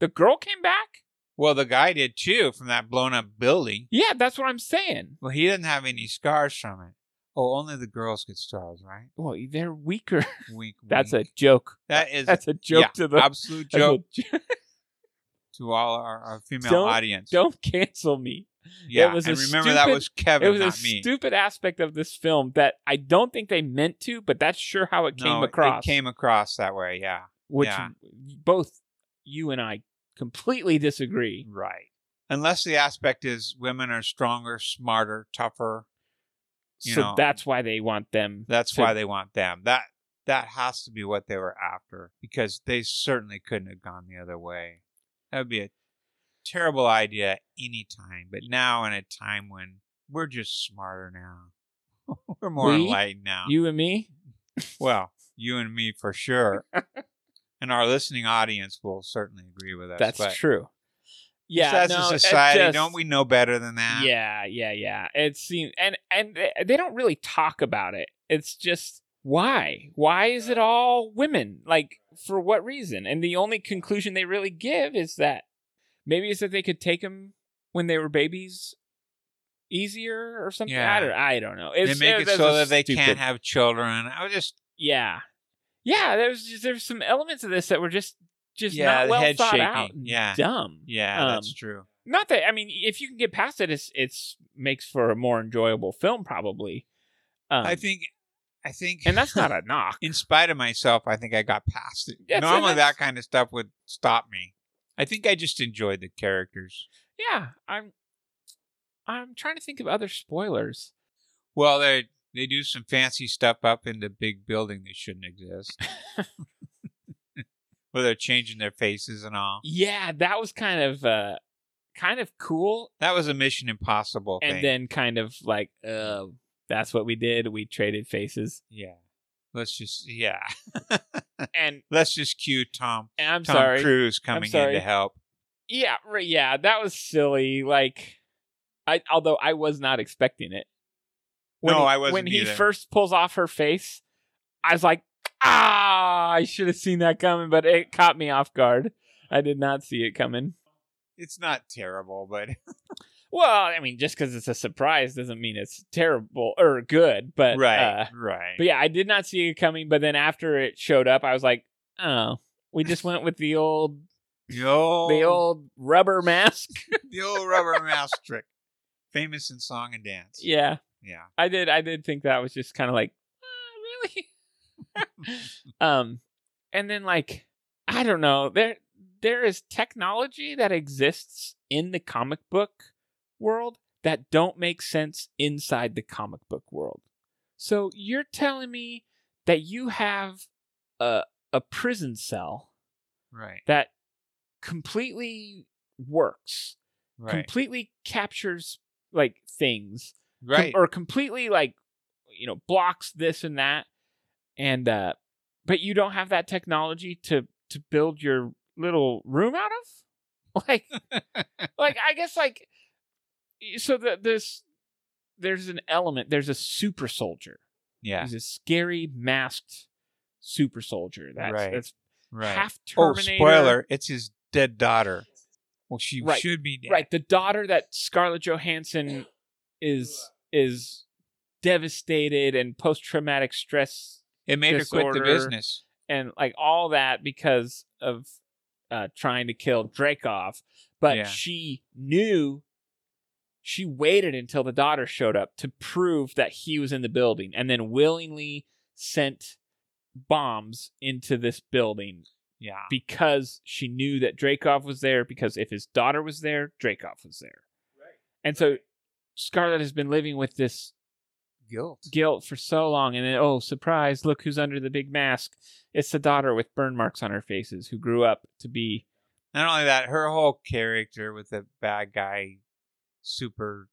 S8: The girl came back.
S9: well, the guy did too from that blown up building.
S8: Yeah, that's what I'm saying.
S9: Well, he didn't have any scars from it. Oh, only the girls get scars, right?
S8: Well, they're weaker. [LAUGHS]
S9: Weak.
S8: That's a joke.
S9: That Mm. is
S8: that's a joke
S9: yeah,
S8: to the
S9: absolute
S8: that's a
S9: joke
S8: jo-
S9: to all our, our female
S8: Don't- [LAUGHS]
S9: audience.
S8: Don't cancel me.
S9: yeah,
S8: it was
S9: and
S8: a
S9: remember that
S8: stupid-
S9: was Kevin,
S8: It was
S9: not
S8: a
S9: me.
S8: stupid aspect of this film that I don't think they meant to, but that's sure how it
S9: No,
S8: came
S9: it-
S8: across.
S9: It came across that way. Yeah.
S8: which
S9: yeah,
S8: both you and I completely disagree.
S9: right. Unless the aspect is women are stronger, smarter, tougher. You
S8: so
S9: know,
S8: that's why they want them.
S9: That's
S8: to-
S9: why they want them. That that has to be what they were after because they certainly couldn't have gone the other way. That would be a terrible idea at any time, but now in a time when we're just smarter now. [LAUGHS] we're more
S8: We?
S9: enlightened now.
S8: you and me.
S9: well, you and me
S8: [LAUGHS]
S9: for sure. and our listening audience will certainly agree with us.
S8: That's
S9: but
S8: true. Yeah,
S9: just as
S8: no,
S9: a
S8: it
S9: society,
S8: just-
S9: don't we know better than that?
S8: Yeah, yeah, yeah. It seems and and they- they don't really talk about it. It's just why? Why is it all women? Like for what reason? And the only conclusion they really give is that maybe it's that they could take them when they were babies easier or something.
S9: Yeah.
S8: I don't. I don't know.
S9: They
S8: It's- eh,
S9: make it
S8: that's
S9: so
S8: a
S9: that they
S8: stupid-
S9: can't have children. I was just
S8: Yeah, yeah. There's just, there's some elements of this that were just just
S9: yeah,
S8: not
S9: the
S8: well
S9: head
S8: thought
S9: shaking.
S8: out. and
S9: yeah.
S8: dumb.
S9: Yeah,
S8: Um,
S9: that's true.
S8: not that I mean, if you can get past it, it's it's makes for a more enjoyable film, probably. Um,
S9: I think, I think,
S8: and that's
S9: [LAUGHS]
S8: not a knock.
S9: in spite of myself, I think I got past it.
S8: That's-
S9: Normally,
S8: that's-
S9: that kind of stuff would stop me. I think I just enjoyed the characters.
S8: Yeah, I'm. I'm trying to think of other spoilers.
S9: Well, they they do some fancy stuff up in the big building that
S8: [LAUGHS]
S9: shouldn't exist, where they're changing their faces and all.
S8: Yeah, that was kind of uh, kind of cool,
S9: That was a Mission Impossible thing.
S8: and then kind of like, uh, that's what we did. We traded
S9: [LAUGHS]
S8: faces,
S9: yeah, let's just yeah, [LAUGHS]
S8: and
S9: let's just cue Tom
S8: and I'm
S9: Tom
S8: sorry,
S9: Cruise coming in
S8: sorry.
S9: to help.
S8: yeah, right, yeah, that was silly. Like, I although I was not expecting it.
S9: No,
S8: he-
S9: I wasn't
S8: When he
S9: either.
S8: first pulls off her face, I was like, ah, I should have seen that coming, but it caught me off guard. I did not see it coming.
S9: It's not terrible, but [LAUGHS]
S8: Well, I mean, just because it's a surprise doesn't mean it's terrible or good, but
S9: right,
S8: uh,
S9: right.
S8: but yeah, I did not see it coming. But then after it showed up, I was like, oh, we just went with the old
S9: The old,
S8: the old rubber mask. [LAUGHS]
S9: the old rubber mouse trick, famous in song and dance.
S8: yeah.
S9: yeah.
S8: I did. I did think that was just kind of like, "Uh, really. [LAUGHS] um, and then like, I don't know. There, there is technology that exists in the comic book world that don't make sense inside the comic book world. So you're telling me that you have a a prison cell
S9: right,
S8: that completely works,
S9: right,
S8: completely captures like things com-
S9: right.
S8: or completely like you know blocks this and that and uh but you don't have that technology to to build your little room out of [LAUGHS] like like i guess like so the, this there's an element there's a super soldier
S9: Yeah.
S8: he's a scary masked super soldier that's
S9: Right.
S8: that's
S9: Right.
S8: half
S9: Oh,
S8: terminator
S9: spoiler! It's his dead daughter. Well, she
S8: right.
S9: should be dead.
S8: right the daughter that scarlett johansson is is devastated and post-traumatic stress
S9: It made her quit
S8: disorder
S9: the business.
S8: and like all that because of uh trying to kill Dracoff. But
S9: Yeah.
S8: she knew she waited until the daughter showed up to prove that he was in the building and then willingly sent bombs into this building
S9: Yeah.
S8: because she knew that Dracoff was there because if his daughter was there, Dracoff was there. Right. And so Scarlett has been living with this
S9: Guilt.
S8: guilt for so long and then oh surprise look who's under the big mask it's the daughter with burn marks on her faces who grew up to be
S9: Not only that, her whole character with the bad guy, super,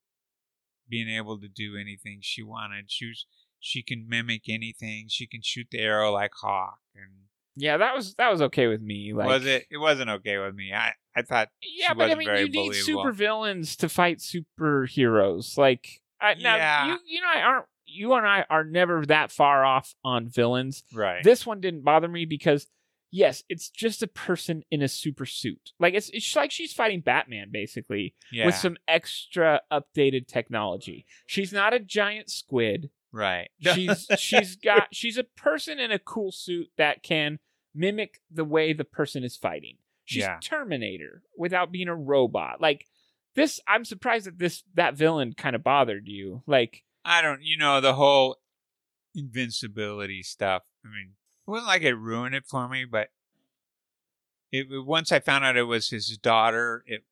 S9: being able to do anything she wanted. She was, she can mimic anything. She can shoot the arrow like Hawk. And
S8: yeah that was that was okay with me like
S9: was it? It wasn't okay with me. I I thought
S8: yeah
S9: she
S8: but i
S9: wasn't
S8: mean
S9: very
S8: you need
S9: believable.
S8: super villains to fight superheroes like I, now
S9: Yeah.
S8: you you know I aren't you and I are never that far off on villains
S9: right.
S8: this one didn't bother me because yes it's just a person in a super suit like it's it's like she's fighting batman basically
S9: yeah.
S8: with some extra updated technology she's not a giant squid
S9: right.
S8: she's she's got she's a person in a cool suit that can mimic the way the person is fighting. She's
S9: Yeah.
S8: Terminator without being a robot. Like this, I'm surprised that this that villain kind of bothered you. Like
S9: I don't, you know, the whole invincibility stuff. I mean, it wasn't like it ruined it for me, but it once I found out it was his daughter, it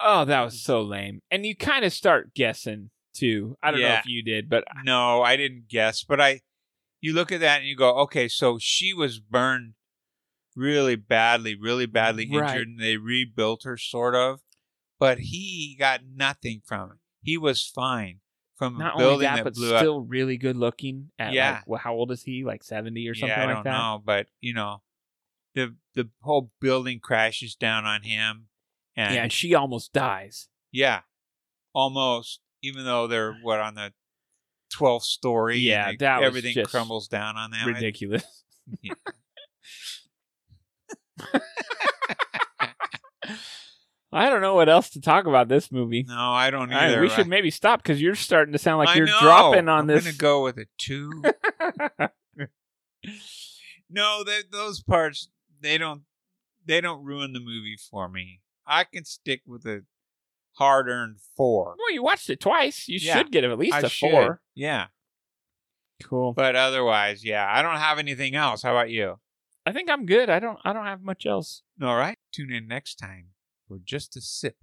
S8: oh, that was so lame. And you kind of start guessing too. I don't know
S9: Yeah.
S8: if you did, but
S9: no, I didn't guess, but I you look at that and you go, okay, so she was burned really badly, really badly injured,
S8: Right.
S9: and they rebuilt her sort of, but he got nothing from it. He was fine from a
S8: not only
S9: building
S8: Mm, that, but
S9: blew up.
S8: still really good looking. At
S9: Yeah.
S8: like, well, how old is he? Like seventy or something
S9: yeah, I
S8: like
S9: don't
S8: that.
S9: know, but you know, the the whole building crashes down on him, and
S8: Yeah,
S9: yeah,
S8: and she almost dies.
S9: almost. Even
S8: [SIGHS]
S9: though they're what on the twelfth story, and
S8: Yeah,
S9: they-
S8: that was
S9: everything
S8: just
S9: crumbles down on them. I-
S8: Ridiculous.
S9: [LAUGHS] Yeah.
S8: [LAUGHS] I don't know what else to talk about this movie.
S9: no, I don't
S8: All right,
S9: either.
S8: we should maybe stop because you're starting to sound like
S9: I
S8: you're
S9: know.
S8: dropping on
S9: I'm
S8: this.
S9: gonna go with a
S8: [LAUGHS]
S9: two. no, they, those parts they don't they don't ruin the movie for me. I can stick with a hard earned four.
S8: Well, you watched it twice. You
S9: Yeah,
S8: should get at least
S9: I
S8: a
S9: should.
S8: four.
S9: Yeah.
S8: Cool.
S9: But otherwise, yeah, I don't have anything else. How about you?
S8: I think I'm good. I don't. I don't have much else.
S9: All right. Tune in next time for just a sip.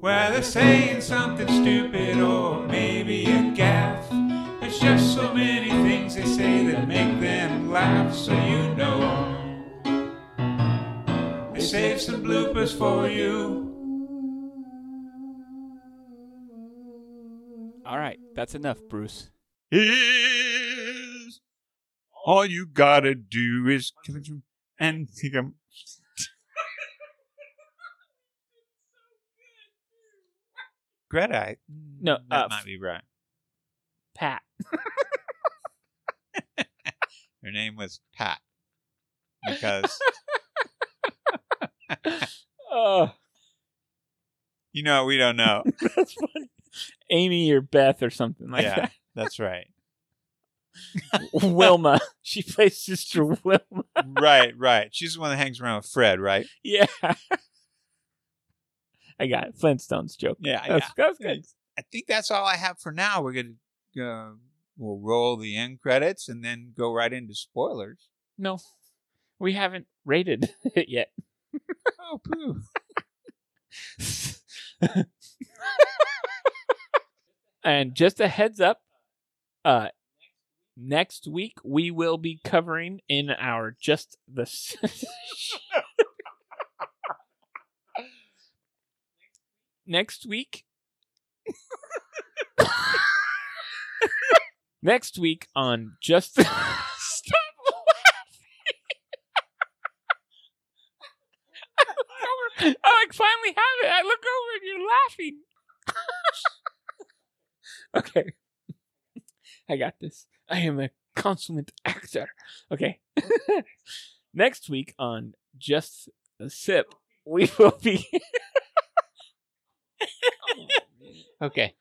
S9: Well, they're saying something stupid or maybe a gaff. There's just so many things they say that make them laugh, so you know. They save some bloopers for you.
S2: All right, that's enough, Bruce.
S9: Is all you gotta do is and think I'm Greta. I-
S8: No,
S9: That
S8: uh,
S9: might be right.
S8: Pat.
S9: Her name was Pat because
S8: Oh, [LAUGHS]
S9: you know we don't know.
S8: that's funny. Amy or Beth or something like
S9: yeah, that's right.
S8: that. Wilma. [LAUGHS] She plays Sister Wilma. [LAUGHS]
S9: Right, right. She's the one that hangs around with Fred, right?
S8: Yeah. I got it. Flintstones joke.
S9: Yeah,
S8: That's, Uh, that's good.
S9: I think that's all I have for now. We're gonna uh, we'll roll the end credits and then go right into spoilers.
S8: No, we haven't rated [LAUGHS] it yet.
S9: Oh, poo.
S8: and just a heads up, uh, next week we will be covering in our just the S- next week. next week on just [LAUGHS] stop finally have it. I look over and you're laughing. [LAUGHS] okay. [LAUGHS] I got this. I am a consummate actor. Okay. [LAUGHS] Next week on Just a [LAUGHS] Sip, we will be.
S14: Okay.